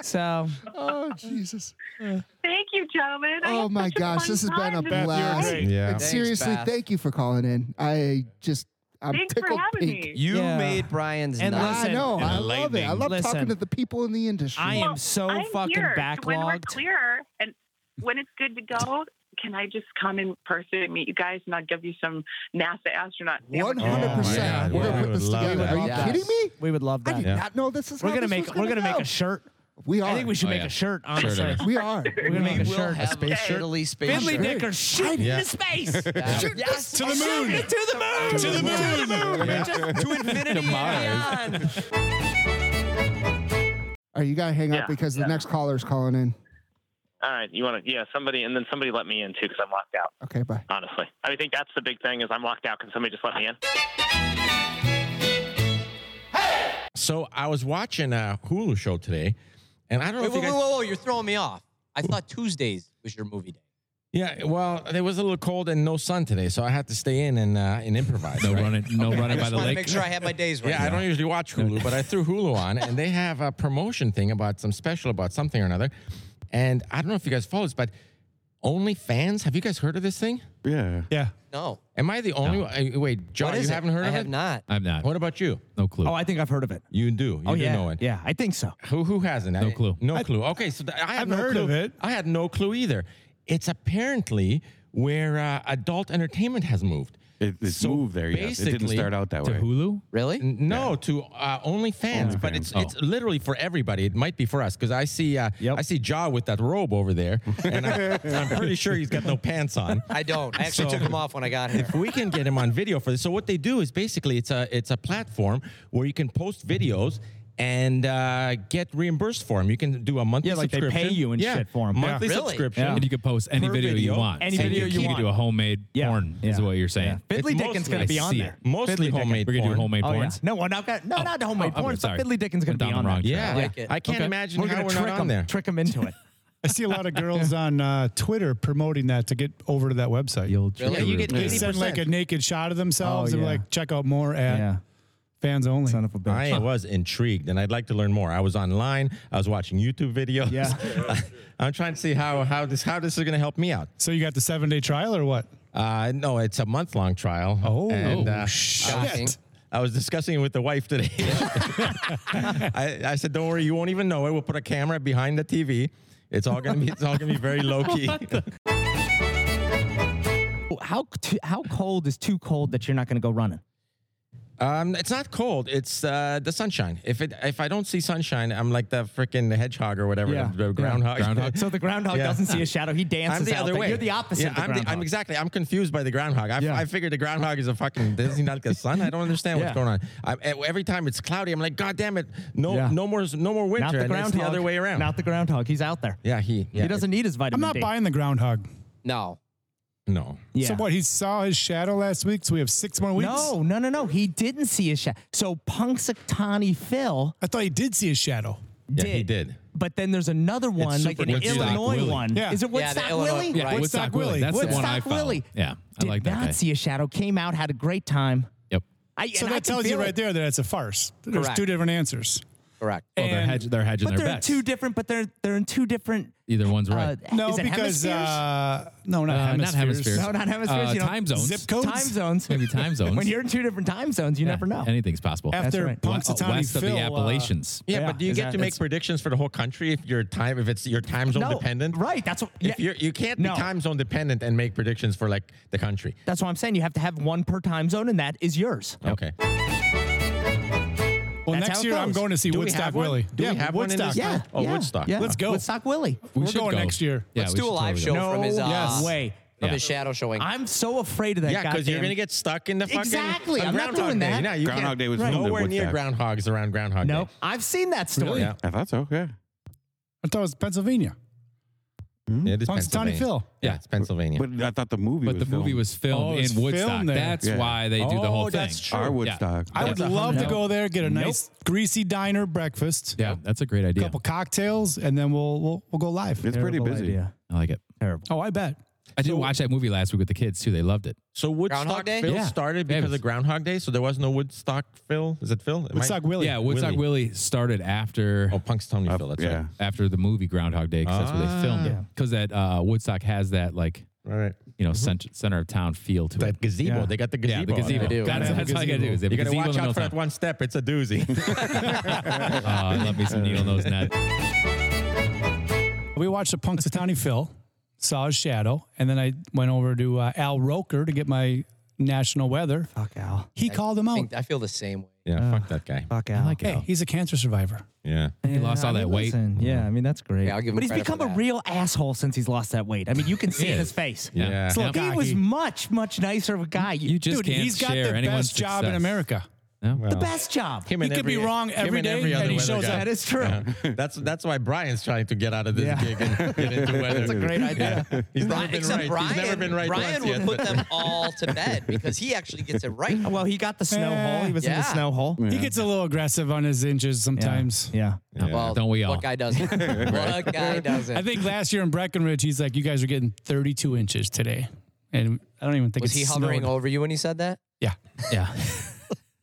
[SPEAKER 4] So
[SPEAKER 1] Oh, Jesus.
[SPEAKER 2] Thank you, gentlemen. I
[SPEAKER 1] Oh,
[SPEAKER 2] had
[SPEAKER 1] my
[SPEAKER 2] such
[SPEAKER 1] gosh,
[SPEAKER 2] fun
[SPEAKER 1] this has been
[SPEAKER 2] time.
[SPEAKER 1] a
[SPEAKER 2] This
[SPEAKER 1] blast.
[SPEAKER 2] was
[SPEAKER 3] Beth,
[SPEAKER 2] great.
[SPEAKER 3] you were great.
[SPEAKER 1] Like,
[SPEAKER 6] yeah.
[SPEAKER 5] Thanks,
[SPEAKER 1] seriously,
[SPEAKER 5] Beth.
[SPEAKER 1] thank you for calling in. I just I'm
[SPEAKER 2] Thanks for
[SPEAKER 1] tickled
[SPEAKER 2] having
[SPEAKER 1] pink.
[SPEAKER 2] me.
[SPEAKER 5] You
[SPEAKER 4] Yeah.
[SPEAKER 5] made Brian's
[SPEAKER 4] And
[SPEAKER 5] night.
[SPEAKER 4] listen-
[SPEAKER 1] I know. I love it. I
[SPEAKER 6] Enlightening.
[SPEAKER 1] love talking
[SPEAKER 4] Listen.
[SPEAKER 1] to the people in the industry.
[SPEAKER 4] I am so
[SPEAKER 2] I'm
[SPEAKER 4] fucking
[SPEAKER 2] here. So When we're
[SPEAKER 4] backlogged.
[SPEAKER 2] clear and when it's good to go, can I just come in person and meet you guys and I'll give you some NASA astronaut?
[SPEAKER 1] One
[SPEAKER 2] sandwiches?
[SPEAKER 1] hundred percent.
[SPEAKER 6] Oh,
[SPEAKER 1] We're
[SPEAKER 6] yeah,
[SPEAKER 1] gonna
[SPEAKER 6] we
[SPEAKER 1] put
[SPEAKER 6] would
[SPEAKER 1] this
[SPEAKER 6] love
[SPEAKER 1] together.
[SPEAKER 6] that.
[SPEAKER 1] Are you
[SPEAKER 5] Yes.
[SPEAKER 1] kidding me?
[SPEAKER 4] We would love
[SPEAKER 1] I did
[SPEAKER 4] that.
[SPEAKER 6] Yeah.
[SPEAKER 1] not know this is.
[SPEAKER 4] We're
[SPEAKER 1] how
[SPEAKER 4] gonna
[SPEAKER 1] this
[SPEAKER 4] make
[SPEAKER 1] was
[SPEAKER 4] we're gonna make
[SPEAKER 1] go.
[SPEAKER 4] a shirt.
[SPEAKER 1] We are.
[SPEAKER 4] I think we should
[SPEAKER 9] Oh,
[SPEAKER 4] make
[SPEAKER 9] yeah.
[SPEAKER 4] a shirt.
[SPEAKER 9] of
[SPEAKER 4] Honestly,
[SPEAKER 9] it.
[SPEAKER 1] We are.
[SPEAKER 4] we're
[SPEAKER 5] We
[SPEAKER 4] gonna make a
[SPEAKER 5] will
[SPEAKER 4] shirt.
[SPEAKER 5] have
[SPEAKER 6] space shirt?
[SPEAKER 5] Italy space
[SPEAKER 4] Fiddly
[SPEAKER 5] shirt.
[SPEAKER 4] dicker shooting
[SPEAKER 6] Yeah.
[SPEAKER 4] into space.
[SPEAKER 5] Yeah.
[SPEAKER 4] Shoot this-
[SPEAKER 3] To the moon.
[SPEAKER 4] shoot it To the moon.
[SPEAKER 3] To the moon.
[SPEAKER 6] Yeah.
[SPEAKER 5] to infinity and
[SPEAKER 6] Demise.
[SPEAKER 5] beyond.
[SPEAKER 1] All right, you gotta hang up
[SPEAKER 11] Yeah,
[SPEAKER 1] because
[SPEAKER 11] yeah.
[SPEAKER 1] the next caller's calling in.
[SPEAKER 11] All right, you want to? Yeah, somebody, and then somebody let me in too because I'm locked out.
[SPEAKER 1] Okay, bye.
[SPEAKER 11] Honestly, I think that's the big thing is I'm locked out. Can somebody just let me in?
[SPEAKER 6] So I was watching a Hulu show today, and I don't know
[SPEAKER 5] Wait,
[SPEAKER 6] if
[SPEAKER 5] wait,
[SPEAKER 6] you guys.
[SPEAKER 5] wait, wait, wait, you're throwing me off. I thought Tuesdays was your movie day.
[SPEAKER 6] Yeah, well, it was a little cold and no sun today, so I had to stay in and uh, and improvise.
[SPEAKER 9] No
[SPEAKER 6] right?
[SPEAKER 9] running, no
[SPEAKER 5] I
[SPEAKER 9] running by
[SPEAKER 5] just
[SPEAKER 9] the
[SPEAKER 5] want to
[SPEAKER 9] lake.
[SPEAKER 5] make sure I have my days right.
[SPEAKER 6] Yeah, I don't usually watch Hulu, but I threw Hulu on, and they have a promotion thing about some special about something or another. And I don't know if you guys follow this, but OnlyFans. Have you guys heard of this thing?
[SPEAKER 12] Yeah.
[SPEAKER 3] Yeah.
[SPEAKER 5] No.
[SPEAKER 6] Am I the only? one? uh, Wait, John,
[SPEAKER 5] What
[SPEAKER 6] you
[SPEAKER 5] is it?
[SPEAKER 6] haven't heard
[SPEAKER 5] I
[SPEAKER 6] of
[SPEAKER 5] have
[SPEAKER 6] it?
[SPEAKER 5] not.
[SPEAKER 9] I'm not.
[SPEAKER 6] What about you?
[SPEAKER 9] No clue.
[SPEAKER 4] Oh, I think I've heard of it.
[SPEAKER 6] You do. You
[SPEAKER 4] oh
[SPEAKER 6] do
[SPEAKER 4] yeah.
[SPEAKER 6] know it.
[SPEAKER 4] Yeah, I think so.
[SPEAKER 6] Who who hasn't?
[SPEAKER 9] No
[SPEAKER 6] I-
[SPEAKER 9] clue.
[SPEAKER 6] No clue. Okay, so th- I have
[SPEAKER 3] I've
[SPEAKER 6] no
[SPEAKER 3] heard
[SPEAKER 6] clue.
[SPEAKER 3] of it.
[SPEAKER 6] I had no clue either. It's apparently where uh, adult entertainment has moved.
[SPEAKER 12] It, it's
[SPEAKER 6] So
[SPEAKER 12] moved there, yes. It didn't
[SPEAKER 6] basically,
[SPEAKER 12] start out that
[SPEAKER 9] to
[SPEAKER 12] way.
[SPEAKER 9] Hulu?
[SPEAKER 5] Really?
[SPEAKER 6] N- No, to uh, OnlyFans, but it's
[SPEAKER 9] OnlyFans.
[SPEAKER 6] it's
[SPEAKER 12] Oh.
[SPEAKER 6] literally for everybody. It might be for us because I see uh,
[SPEAKER 4] Yep.
[SPEAKER 6] I see Jaw with that robe over there, and I, I'm pretty sure he's got no pants on.
[SPEAKER 5] I don't. I actually took them off when I got here.
[SPEAKER 6] we can get him on video for this. So what they do is basically it's a it's a platform where you can post videos and uh, get reimbursed for them. You can do a monthly
[SPEAKER 4] Yeah, like they pay
[SPEAKER 6] subscription.
[SPEAKER 4] you and
[SPEAKER 6] yeah,
[SPEAKER 4] shit for 'em. Yeah.
[SPEAKER 6] Monthly
[SPEAKER 5] Really?
[SPEAKER 6] subscription.
[SPEAKER 4] Yeah.
[SPEAKER 9] And you could post any
[SPEAKER 6] Per
[SPEAKER 9] video,
[SPEAKER 6] video.
[SPEAKER 9] you want.
[SPEAKER 4] Any
[SPEAKER 9] So
[SPEAKER 4] video
[SPEAKER 9] could-
[SPEAKER 4] you
[SPEAKER 9] could do a
[SPEAKER 4] want.
[SPEAKER 9] homemade
[SPEAKER 4] Yeah.
[SPEAKER 9] porn, is
[SPEAKER 4] Yeah.
[SPEAKER 9] what you're saying.
[SPEAKER 4] Yeah. Fiddly
[SPEAKER 6] It's
[SPEAKER 4] Dickin's gonna
[SPEAKER 6] mostly-
[SPEAKER 4] be
[SPEAKER 9] I
[SPEAKER 4] on
[SPEAKER 9] see it.
[SPEAKER 4] there.
[SPEAKER 6] Mostly
[SPEAKER 4] Fiddly
[SPEAKER 6] homemade
[SPEAKER 9] We're gonna do
[SPEAKER 6] porn.
[SPEAKER 9] homemade
[SPEAKER 4] Oh, yeah.
[SPEAKER 9] porns.
[SPEAKER 4] No, well, not got, no, not the homemade
[SPEAKER 9] oh,
[SPEAKER 4] porn.
[SPEAKER 9] okay, sorry.
[SPEAKER 4] But Fiddly Dickin's gonna
[SPEAKER 9] Went
[SPEAKER 4] be
[SPEAKER 9] down the
[SPEAKER 4] on that.
[SPEAKER 9] wrong track.
[SPEAKER 6] Yeah,
[SPEAKER 5] I like it.
[SPEAKER 6] I can't
[SPEAKER 9] Okay.
[SPEAKER 6] imagine
[SPEAKER 4] We're
[SPEAKER 6] how
[SPEAKER 4] gonna
[SPEAKER 6] we're
[SPEAKER 4] trick
[SPEAKER 6] not on
[SPEAKER 4] them,
[SPEAKER 6] there.
[SPEAKER 4] trick them into it.
[SPEAKER 3] I see a lot of girls on uh, Twitter promoting that to get over to that website.
[SPEAKER 9] You'll
[SPEAKER 5] Really?
[SPEAKER 6] Yeah, you get
[SPEAKER 3] they
[SPEAKER 6] 80%.
[SPEAKER 3] send like a naked shot of themselves
[SPEAKER 4] Oh,
[SPEAKER 3] and
[SPEAKER 4] yeah.
[SPEAKER 3] like check out more at
[SPEAKER 4] Yeah,
[SPEAKER 3] fans only.
[SPEAKER 4] son of a bitch.
[SPEAKER 6] I was intrigued, and I'd like to learn more. I was online. I was watching YouTube videos.
[SPEAKER 4] Yeah.
[SPEAKER 6] I'm trying to see how how this how this is going to help me out.
[SPEAKER 3] So you got the seven day trial or what?
[SPEAKER 6] Uh, no, it's a month long trial.
[SPEAKER 3] Oh,
[SPEAKER 6] and, uh,
[SPEAKER 5] Shocking.
[SPEAKER 6] I was discussing it with the wife today. I, I said, "Don't worry, you won't even know it. We'll put a camera behind the TV. It's all gonna be it's all gonna be very low key."
[SPEAKER 4] How t- how cold is too cold that you're not gonna go running?
[SPEAKER 6] um, it's not cold. It's uh, the sunshine. If it if I don't see sunshine, I'm like the freaking hedgehog or whatever,
[SPEAKER 4] Yeah.
[SPEAKER 6] the, the
[SPEAKER 4] Yeah.
[SPEAKER 6] groundhog.
[SPEAKER 9] Groundhog.
[SPEAKER 4] So Uh, the groundhog
[SPEAKER 6] Yeah.
[SPEAKER 4] doesn't see a shadow. He dances
[SPEAKER 6] I'm the
[SPEAKER 4] out
[SPEAKER 6] other
[SPEAKER 4] there.
[SPEAKER 6] way.
[SPEAKER 4] You're the opposite.
[SPEAKER 6] Yeah,
[SPEAKER 4] of the
[SPEAKER 6] I'm,
[SPEAKER 4] groundhog.
[SPEAKER 6] I'm exactly. I'm configued by the groundhog. I,
[SPEAKER 4] Yeah.
[SPEAKER 6] I figured the groundhog is a fucking. Does he not get sun? I don't understand what's
[SPEAKER 4] Yeah.
[SPEAKER 6] going on. I, e- every time it's cloudy, I'm like, God damn it! No,
[SPEAKER 4] Yeah.
[SPEAKER 6] no more, no more winter.
[SPEAKER 4] Not the
[SPEAKER 6] and
[SPEAKER 4] groundhog.
[SPEAKER 6] it's the other way around.
[SPEAKER 4] Not the groundhog. He's out there.
[SPEAKER 6] yeah, he. Yeah,
[SPEAKER 4] he doesn't need his
[SPEAKER 3] I'm
[SPEAKER 4] vitamin
[SPEAKER 3] not
[SPEAKER 4] D.
[SPEAKER 3] buying the groundhog.
[SPEAKER 5] No.
[SPEAKER 6] No.
[SPEAKER 4] Yeah.
[SPEAKER 3] So what? He saw his shadow last week, so we have six more weeks.
[SPEAKER 4] No, no, no, no. He didn't see his shadow. So Punxsutawney Phil
[SPEAKER 3] I thought he did see his shadow.
[SPEAKER 6] Yeah,
[SPEAKER 4] did.
[SPEAKER 6] he did.
[SPEAKER 4] But then there's another one, like
[SPEAKER 6] super
[SPEAKER 4] an
[SPEAKER 6] Woodstock
[SPEAKER 4] Illinois
[SPEAKER 9] Willie.
[SPEAKER 4] one.
[SPEAKER 3] Yeah.
[SPEAKER 4] Is
[SPEAKER 5] Yeah,
[SPEAKER 4] it
[SPEAKER 5] the
[SPEAKER 4] Woodstock
[SPEAKER 5] Illinois-
[SPEAKER 4] Willie?
[SPEAKER 5] Yeah, Woodstock
[SPEAKER 9] Woodstock Willie.
[SPEAKER 3] Willie.
[SPEAKER 9] That's the one I
[SPEAKER 4] Woodstock Willie.
[SPEAKER 9] follow.
[SPEAKER 6] Oh,
[SPEAKER 9] Yeah, I
[SPEAKER 4] Did
[SPEAKER 9] like that
[SPEAKER 4] not
[SPEAKER 9] guy.
[SPEAKER 4] see a shadow. Came out, had a great time.
[SPEAKER 9] Yep.
[SPEAKER 4] I,
[SPEAKER 3] So that tells you right there that it's a farce. There's
[SPEAKER 5] Correct.
[SPEAKER 3] two different answers.
[SPEAKER 5] Correct.
[SPEAKER 9] Well, they're,
[SPEAKER 3] And-
[SPEAKER 9] hedge, they're hedging
[SPEAKER 4] But
[SPEAKER 9] their
[SPEAKER 4] they're
[SPEAKER 9] bets.
[SPEAKER 4] two different. But they're they're in two different.
[SPEAKER 9] Either one's
[SPEAKER 4] Uh,
[SPEAKER 9] right.
[SPEAKER 3] No,
[SPEAKER 4] is it
[SPEAKER 3] because
[SPEAKER 4] hemispheres?
[SPEAKER 3] uh, no, not
[SPEAKER 9] Uh,
[SPEAKER 3] hemispheres.
[SPEAKER 9] Not hemispheres.
[SPEAKER 4] No, not hemispheres,
[SPEAKER 9] Uh,
[SPEAKER 4] you know.
[SPEAKER 9] time zones.
[SPEAKER 3] Zip codes?
[SPEAKER 4] time zones.
[SPEAKER 9] Maybe time zones.
[SPEAKER 4] when you're in two different time zones, you
[SPEAKER 9] Yeah,
[SPEAKER 4] never know.
[SPEAKER 9] Anything's possible.
[SPEAKER 3] After
[SPEAKER 4] right.
[SPEAKER 3] Punxsutawney
[SPEAKER 9] west of
[SPEAKER 3] Phil,
[SPEAKER 9] the
[SPEAKER 3] uh,
[SPEAKER 9] Appalachians.
[SPEAKER 6] Yeah,
[SPEAKER 4] Yeah,
[SPEAKER 6] but do you
[SPEAKER 4] is
[SPEAKER 6] get
[SPEAKER 4] that-
[SPEAKER 6] to make
[SPEAKER 4] it's-
[SPEAKER 6] predictions for the whole country if your time if it's your time zone
[SPEAKER 4] no,
[SPEAKER 6] dependent?
[SPEAKER 4] Right. That's what.
[SPEAKER 6] If you're, you can't be
[SPEAKER 4] No.
[SPEAKER 6] time zone dependent and make predictions for like the country.
[SPEAKER 4] That's what I'm saying. You have to have one per time zone, and that is yours.
[SPEAKER 6] Okay.
[SPEAKER 3] well,
[SPEAKER 4] That's how
[SPEAKER 3] next
[SPEAKER 4] it
[SPEAKER 3] year I'm
[SPEAKER 4] goes.
[SPEAKER 3] going to see
[SPEAKER 6] Do we
[SPEAKER 3] Woodstock
[SPEAKER 6] have one?
[SPEAKER 3] Willie.
[SPEAKER 6] Do we have one in this
[SPEAKER 3] Woodstock.
[SPEAKER 6] town?
[SPEAKER 4] Yeah.
[SPEAKER 6] Oh,
[SPEAKER 4] yeah,
[SPEAKER 6] Woodstock.
[SPEAKER 4] yeah.
[SPEAKER 3] Let's go.
[SPEAKER 4] Woodstock Willie.
[SPEAKER 9] We
[SPEAKER 3] We're
[SPEAKER 9] should
[SPEAKER 3] going
[SPEAKER 9] go.
[SPEAKER 3] next year.
[SPEAKER 9] Yeah,
[SPEAKER 5] Let's
[SPEAKER 9] we
[SPEAKER 5] do a
[SPEAKER 9] should
[SPEAKER 5] live
[SPEAKER 9] totally
[SPEAKER 5] show
[SPEAKER 9] go.
[SPEAKER 4] No
[SPEAKER 5] from his uh,
[SPEAKER 3] yes.
[SPEAKER 4] way.
[SPEAKER 5] from
[SPEAKER 9] Yeah.
[SPEAKER 5] his shadow showing.
[SPEAKER 4] I'm so afraid of that.
[SPEAKER 6] Yeah, because you're
[SPEAKER 4] goddamn-
[SPEAKER 6] gonna get stuck in the fucking
[SPEAKER 4] Exactly,
[SPEAKER 6] on
[SPEAKER 4] I'm not
[SPEAKER 6] Groundhog
[SPEAKER 4] doing
[SPEAKER 6] Day.
[SPEAKER 4] that.
[SPEAKER 6] No, you
[SPEAKER 12] Groundhog
[SPEAKER 6] can't-
[SPEAKER 12] Day was filmed at
[SPEAKER 6] nowhere near
[SPEAKER 12] Woodstock.
[SPEAKER 6] groundhogs around Groundhog Day.
[SPEAKER 4] Nope. I've seen that story.
[SPEAKER 6] Yeah,
[SPEAKER 12] I thought so. Yeah.
[SPEAKER 3] I thought it was Pennsylvania.
[SPEAKER 6] it is
[SPEAKER 3] Punxsutawney
[SPEAKER 6] Pennsylvania.
[SPEAKER 3] Phil.
[SPEAKER 6] Yeah, it's Pennsylvania.
[SPEAKER 12] But I thought the movie
[SPEAKER 9] But
[SPEAKER 12] was
[SPEAKER 9] the movie
[SPEAKER 12] filmed.
[SPEAKER 9] was
[SPEAKER 3] Oh,
[SPEAKER 9] filmed
[SPEAKER 3] it was
[SPEAKER 9] in Woodstock.
[SPEAKER 3] filmed there.
[SPEAKER 9] That's
[SPEAKER 12] Yeah.
[SPEAKER 9] why they do the
[SPEAKER 6] Oh,
[SPEAKER 9] whole thing.
[SPEAKER 6] that's true.
[SPEAKER 12] our Woodstock.
[SPEAKER 3] I would
[SPEAKER 9] That's a
[SPEAKER 3] love to
[SPEAKER 9] hundred-
[SPEAKER 3] go there, get a
[SPEAKER 9] Nope.
[SPEAKER 3] nice greasy diner breakfast,
[SPEAKER 9] Yeah, that's a great idea.
[SPEAKER 3] couple cocktails, and then we'll we'll, we'll go live.
[SPEAKER 12] It's pretty busy.
[SPEAKER 9] I like it.
[SPEAKER 3] Oh, I bet.
[SPEAKER 9] I did watch that movie last week with the kids too. They loved it.
[SPEAKER 6] So Woodstock
[SPEAKER 5] Groundhog Day?
[SPEAKER 6] Phil
[SPEAKER 9] Yeah.
[SPEAKER 6] started
[SPEAKER 9] Yeah, it
[SPEAKER 6] because
[SPEAKER 9] was-
[SPEAKER 6] of Groundhog Day, so there was no Woodstock Phil. Is it Phil? Am I-
[SPEAKER 3] Woodstock Willie.
[SPEAKER 9] Yeah, Woodstock Willie, started after
[SPEAKER 6] Oh, Punxsutawney Phil. That's
[SPEAKER 12] yeah.
[SPEAKER 6] right.
[SPEAKER 9] after the movie Groundhog Day because that's where they filmed it. Because that uh, Woodstock uh, has that like
[SPEAKER 6] Right.
[SPEAKER 9] you know, cent- center of town feel to
[SPEAKER 6] That
[SPEAKER 9] it.
[SPEAKER 6] gazebo.
[SPEAKER 3] Yeah.
[SPEAKER 6] They got the
[SPEAKER 9] Yeah,
[SPEAKER 6] gazebo.
[SPEAKER 9] the gazebo.
[SPEAKER 6] They do.
[SPEAKER 9] That's,
[SPEAKER 6] Yeah.
[SPEAKER 9] that's all you gotta do. Is
[SPEAKER 6] You got to watch out for that one step. It's a doozy.
[SPEAKER 9] Uh, let me some needle nose net.
[SPEAKER 3] We watched the Punxsutawney Phil, saw his shadow, and then I went over to uh, Al Roker to get my national weather.
[SPEAKER 13] Fuck Al.
[SPEAKER 3] He called him
[SPEAKER 5] I,
[SPEAKER 3] out.
[SPEAKER 5] think, I feel the same way.
[SPEAKER 6] yeah, fuck that guy.
[SPEAKER 13] Fuck Al.
[SPEAKER 9] like it.
[SPEAKER 3] Hey, he's a cancer survivor.
[SPEAKER 6] Yeah.
[SPEAKER 9] He lost all that weight.
[SPEAKER 4] Yeah, I mean that's great.
[SPEAKER 5] Yeah, I'll give him
[SPEAKER 13] But he's
[SPEAKER 5] credit for
[SPEAKER 13] become a
[SPEAKER 5] that.
[SPEAKER 13] real asshole since he's lost that weight. I mean, you can see it in his face.
[SPEAKER 6] Yeah.
[SPEAKER 3] Slow
[SPEAKER 13] He
[SPEAKER 3] cocky.
[SPEAKER 13] was much, much nicer of a guy.
[SPEAKER 9] You just
[SPEAKER 3] Dude,
[SPEAKER 9] can't
[SPEAKER 3] he's got
[SPEAKER 9] share
[SPEAKER 3] the
[SPEAKER 9] anyone's
[SPEAKER 3] best job in
[SPEAKER 9] success.
[SPEAKER 3] America.
[SPEAKER 6] Well,
[SPEAKER 13] the best job.
[SPEAKER 6] Him
[SPEAKER 3] He could be wrong
[SPEAKER 6] him
[SPEAKER 3] every
[SPEAKER 6] and
[SPEAKER 3] day,
[SPEAKER 6] every other
[SPEAKER 3] and he
[SPEAKER 6] weather
[SPEAKER 3] shows
[SPEAKER 6] guy.
[SPEAKER 3] up.
[SPEAKER 13] That is true.
[SPEAKER 6] Yeah. That's that's why Brian's trying to get out of this gig and get into weather. That's a
[SPEAKER 13] great idea.
[SPEAKER 6] He's never
[SPEAKER 5] Brian,
[SPEAKER 6] been
[SPEAKER 5] except
[SPEAKER 6] right.
[SPEAKER 5] Brian,
[SPEAKER 6] He's never been right
[SPEAKER 5] Brian
[SPEAKER 6] once
[SPEAKER 5] would
[SPEAKER 6] yet.
[SPEAKER 5] put them all to bed because he actually gets it right.
[SPEAKER 4] Well, he got the snow hole. He was in the
[SPEAKER 5] Yeah.
[SPEAKER 4] snow hole.
[SPEAKER 3] He gets a little aggressive on his inches sometimes.
[SPEAKER 4] Yeah.
[SPEAKER 5] Well,
[SPEAKER 9] Don't we all?
[SPEAKER 5] What guy doesn't? what guy doesn't?
[SPEAKER 3] I think last year in Breckenridge, he's like, "You guys are getting 32 inches today," and I don't even think
[SPEAKER 5] was
[SPEAKER 3] it's
[SPEAKER 5] he hovering
[SPEAKER 3] snowed.
[SPEAKER 5] over you when he said that?
[SPEAKER 3] Yeah, yeah.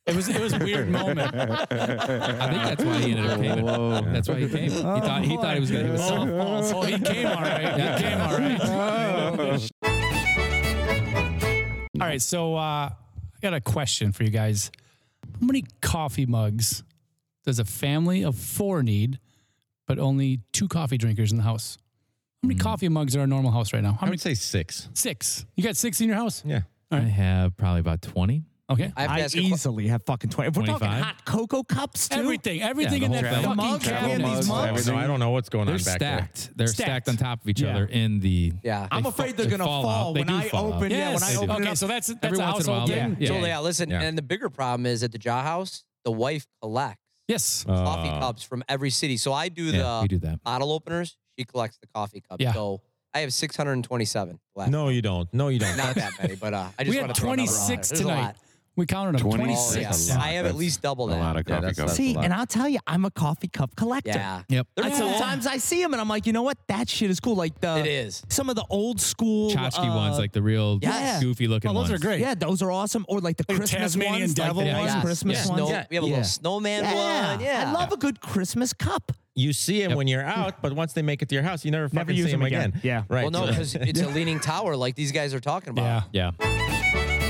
[SPEAKER 3] it was it was a weird moment.
[SPEAKER 9] I think that's why he ended up caving. That's why he came. He thought he thought he was gonna. He was soft.
[SPEAKER 3] Oh, he came all right.
[SPEAKER 9] Yeah.
[SPEAKER 3] He came all right. All right, so uh, I got a question for you guys. How many coffee mugs does a family of four need, but only two coffee drinkers in the house? How many coffee mugs are in a normal house right now? Hmm. How
[SPEAKER 6] I
[SPEAKER 3] many?
[SPEAKER 6] would say six.
[SPEAKER 3] Six. You got six in your house?
[SPEAKER 6] Yeah.
[SPEAKER 9] I have probably about twenty.
[SPEAKER 3] Okay.
[SPEAKER 5] I have to
[SPEAKER 4] I
[SPEAKER 5] ask a que-
[SPEAKER 4] easily have fucking twenty. If we're talking
[SPEAKER 9] 25?
[SPEAKER 4] hot cocoa cups too.
[SPEAKER 3] Everything, everything
[SPEAKER 9] the
[SPEAKER 3] in
[SPEAKER 9] whole
[SPEAKER 3] that
[SPEAKER 9] thing.
[SPEAKER 3] fucking
[SPEAKER 13] Mugs,
[SPEAKER 3] cabinet.
[SPEAKER 13] yeah, mugs,
[SPEAKER 3] these mugs.
[SPEAKER 6] No, I don't know what's going
[SPEAKER 9] They're
[SPEAKER 6] on back there.
[SPEAKER 9] stacked. They're stacked.
[SPEAKER 3] Stacked.
[SPEAKER 9] on top of each
[SPEAKER 3] Yeah.
[SPEAKER 9] other in the.
[SPEAKER 5] Yeah.
[SPEAKER 4] I'm
[SPEAKER 9] They
[SPEAKER 4] afraid
[SPEAKER 9] fall-
[SPEAKER 4] they're
[SPEAKER 9] they
[SPEAKER 4] gonna
[SPEAKER 9] fall
[SPEAKER 4] fall,
[SPEAKER 9] out. They
[SPEAKER 4] when
[SPEAKER 9] do
[SPEAKER 4] I
[SPEAKER 9] fall out.
[SPEAKER 4] open. Yeah,
[SPEAKER 9] Yes,
[SPEAKER 4] when
[SPEAKER 9] they
[SPEAKER 4] I
[SPEAKER 9] do.
[SPEAKER 4] open
[SPEAKER 3] Okay,
[SPEAKER 4] it.
[SPEAKER 3] so that's that's
[SPEAKER 9] Every
[SPEAKER 3] a
[SPEAKER 9] once in a
[SPEAKER 3] household
[SPEAKER 9] while, yeah.
[SPEAKER 3] thing.
[SPEAKER 9] Yeah.
[SPEAKER 5] So yeah, listen,
[SPEAKER 6] Yeah.
[SPEAKER 5] and the bigger problem is at the Ja House, the wife collects
[SPEAKER 3] Yes.
[SPEAKER 6] Oh,
[SPEAKER 5] coffee
[SPEAKER 9] Uh,
[SPEAKER 5] cups from every city. So I do
[SPEAKER 9] Yeah,
[SPEAKER 5] the
[SPEAKER 9] we do that.
[SPEAKER 5] bottle openers. She collects the coffee cups.
[SPEAKER 3] Yeah.
[SPEAKER 5] So I have 627 left.
[SPEAKER 6] No, you don't. No, you don't.
[SPEAKER 5] Not that many, but uh, I just
[SPEAKER 3] We
[SPEAKER 5] want
[SPEAKER 3] had
[SPEAKER 5] to throw another out there.
[SPEAKER 3] 26
[SPEAKER 5] There's a
[SPEAKER 3] tonight.
[SPEAKER 5] lot.
[SPEAKER 3] We counted them.
[SPEAKER 14] 20.
[SPEAKER 3] 26.
[SPEAKER 5] Oh, yeah.
[SPEAKER 14] Six.
[SPEAKER 5] I have at
[SPEAKER 14] That's
[SPEAKER 5] least double
[SPEAKER 14] A
[SPEAKER 5] that.
[SPEAKER 14] lot of
[SPEAKER 6] Yeah,
[SPEAKER 14] coffee
[SPEAKER 6] that's-
[SPEAKER 14] cups.
[SPEAKER 6] that's-
[SPEAKER 4] See,
[SPEAKER 6] lot.
[SPEAKER 4] and I'll tell you, I'm a coffee cup collector.
[SPEAKER 5] yeah.
[SPEAKER 9] Yep.
[SPEAKER 5] They're
[SPEAKER 4] And
[SPEAKER 5] cool.
[SPEAKER 4] sometimes I see them and I'm like, you know what? That shit is cool. Like the
[SPEAKER 5] It is.
[SPEAKER 4] some of the old school
[SPEAKER 9] Tchotchke
[SPEAKER 4] uh,
[SPEAKER 9] ones, like the real
[SPEAKER 4] yes.
[SPEAKER 9] goofy looking
[SPEAKER 3] Oh, those
[SPEAKER 9] ones.
[SPEAKER 3] are great.
[SPEAKER 4] Yeah, those are awesome. Or like the
[SPEAKER 3] Like
[SPEAKER 4] Christmas
[SPEAKER 3] Tasmanian
[SPEAKER 4] ones,
[SPEAKER 3] devil
[SPEAKER 4] like the
[SPEAKER 3] ones?
[SPEAKER 4] ones, Christmas
[SPEAKER 5] Snow-
[SPEAKER 4] ones.
[SPEAKER 5] we have a
[SPEAKER 4] Yeah.
[SPEAKER 5] little snowman
[SPEAKER 4] yeah.
[SPEAKER 5] one. Yeah.
[SPEAKER 4] I love a good Christmas cup.
[SPEAKER 6] You see them when you're out, but once they make it to your house, you never fucking
[SPEAKER 4] use
[SPEAKER 6] see
[SPEAKER 4] 'em
[SPEAKER 6] them again.
[SPEAKER 4] again. Yeah.
[SPEAKER 6] Right.
[SPEAKER 5] Well, no,
[SPEAKER 6] So-
[SPEAKER 5] because it's a leaning tower like these guys are talking about.
[SPEAKER 3] Yeah.
[SPEAKER 9] Yeah.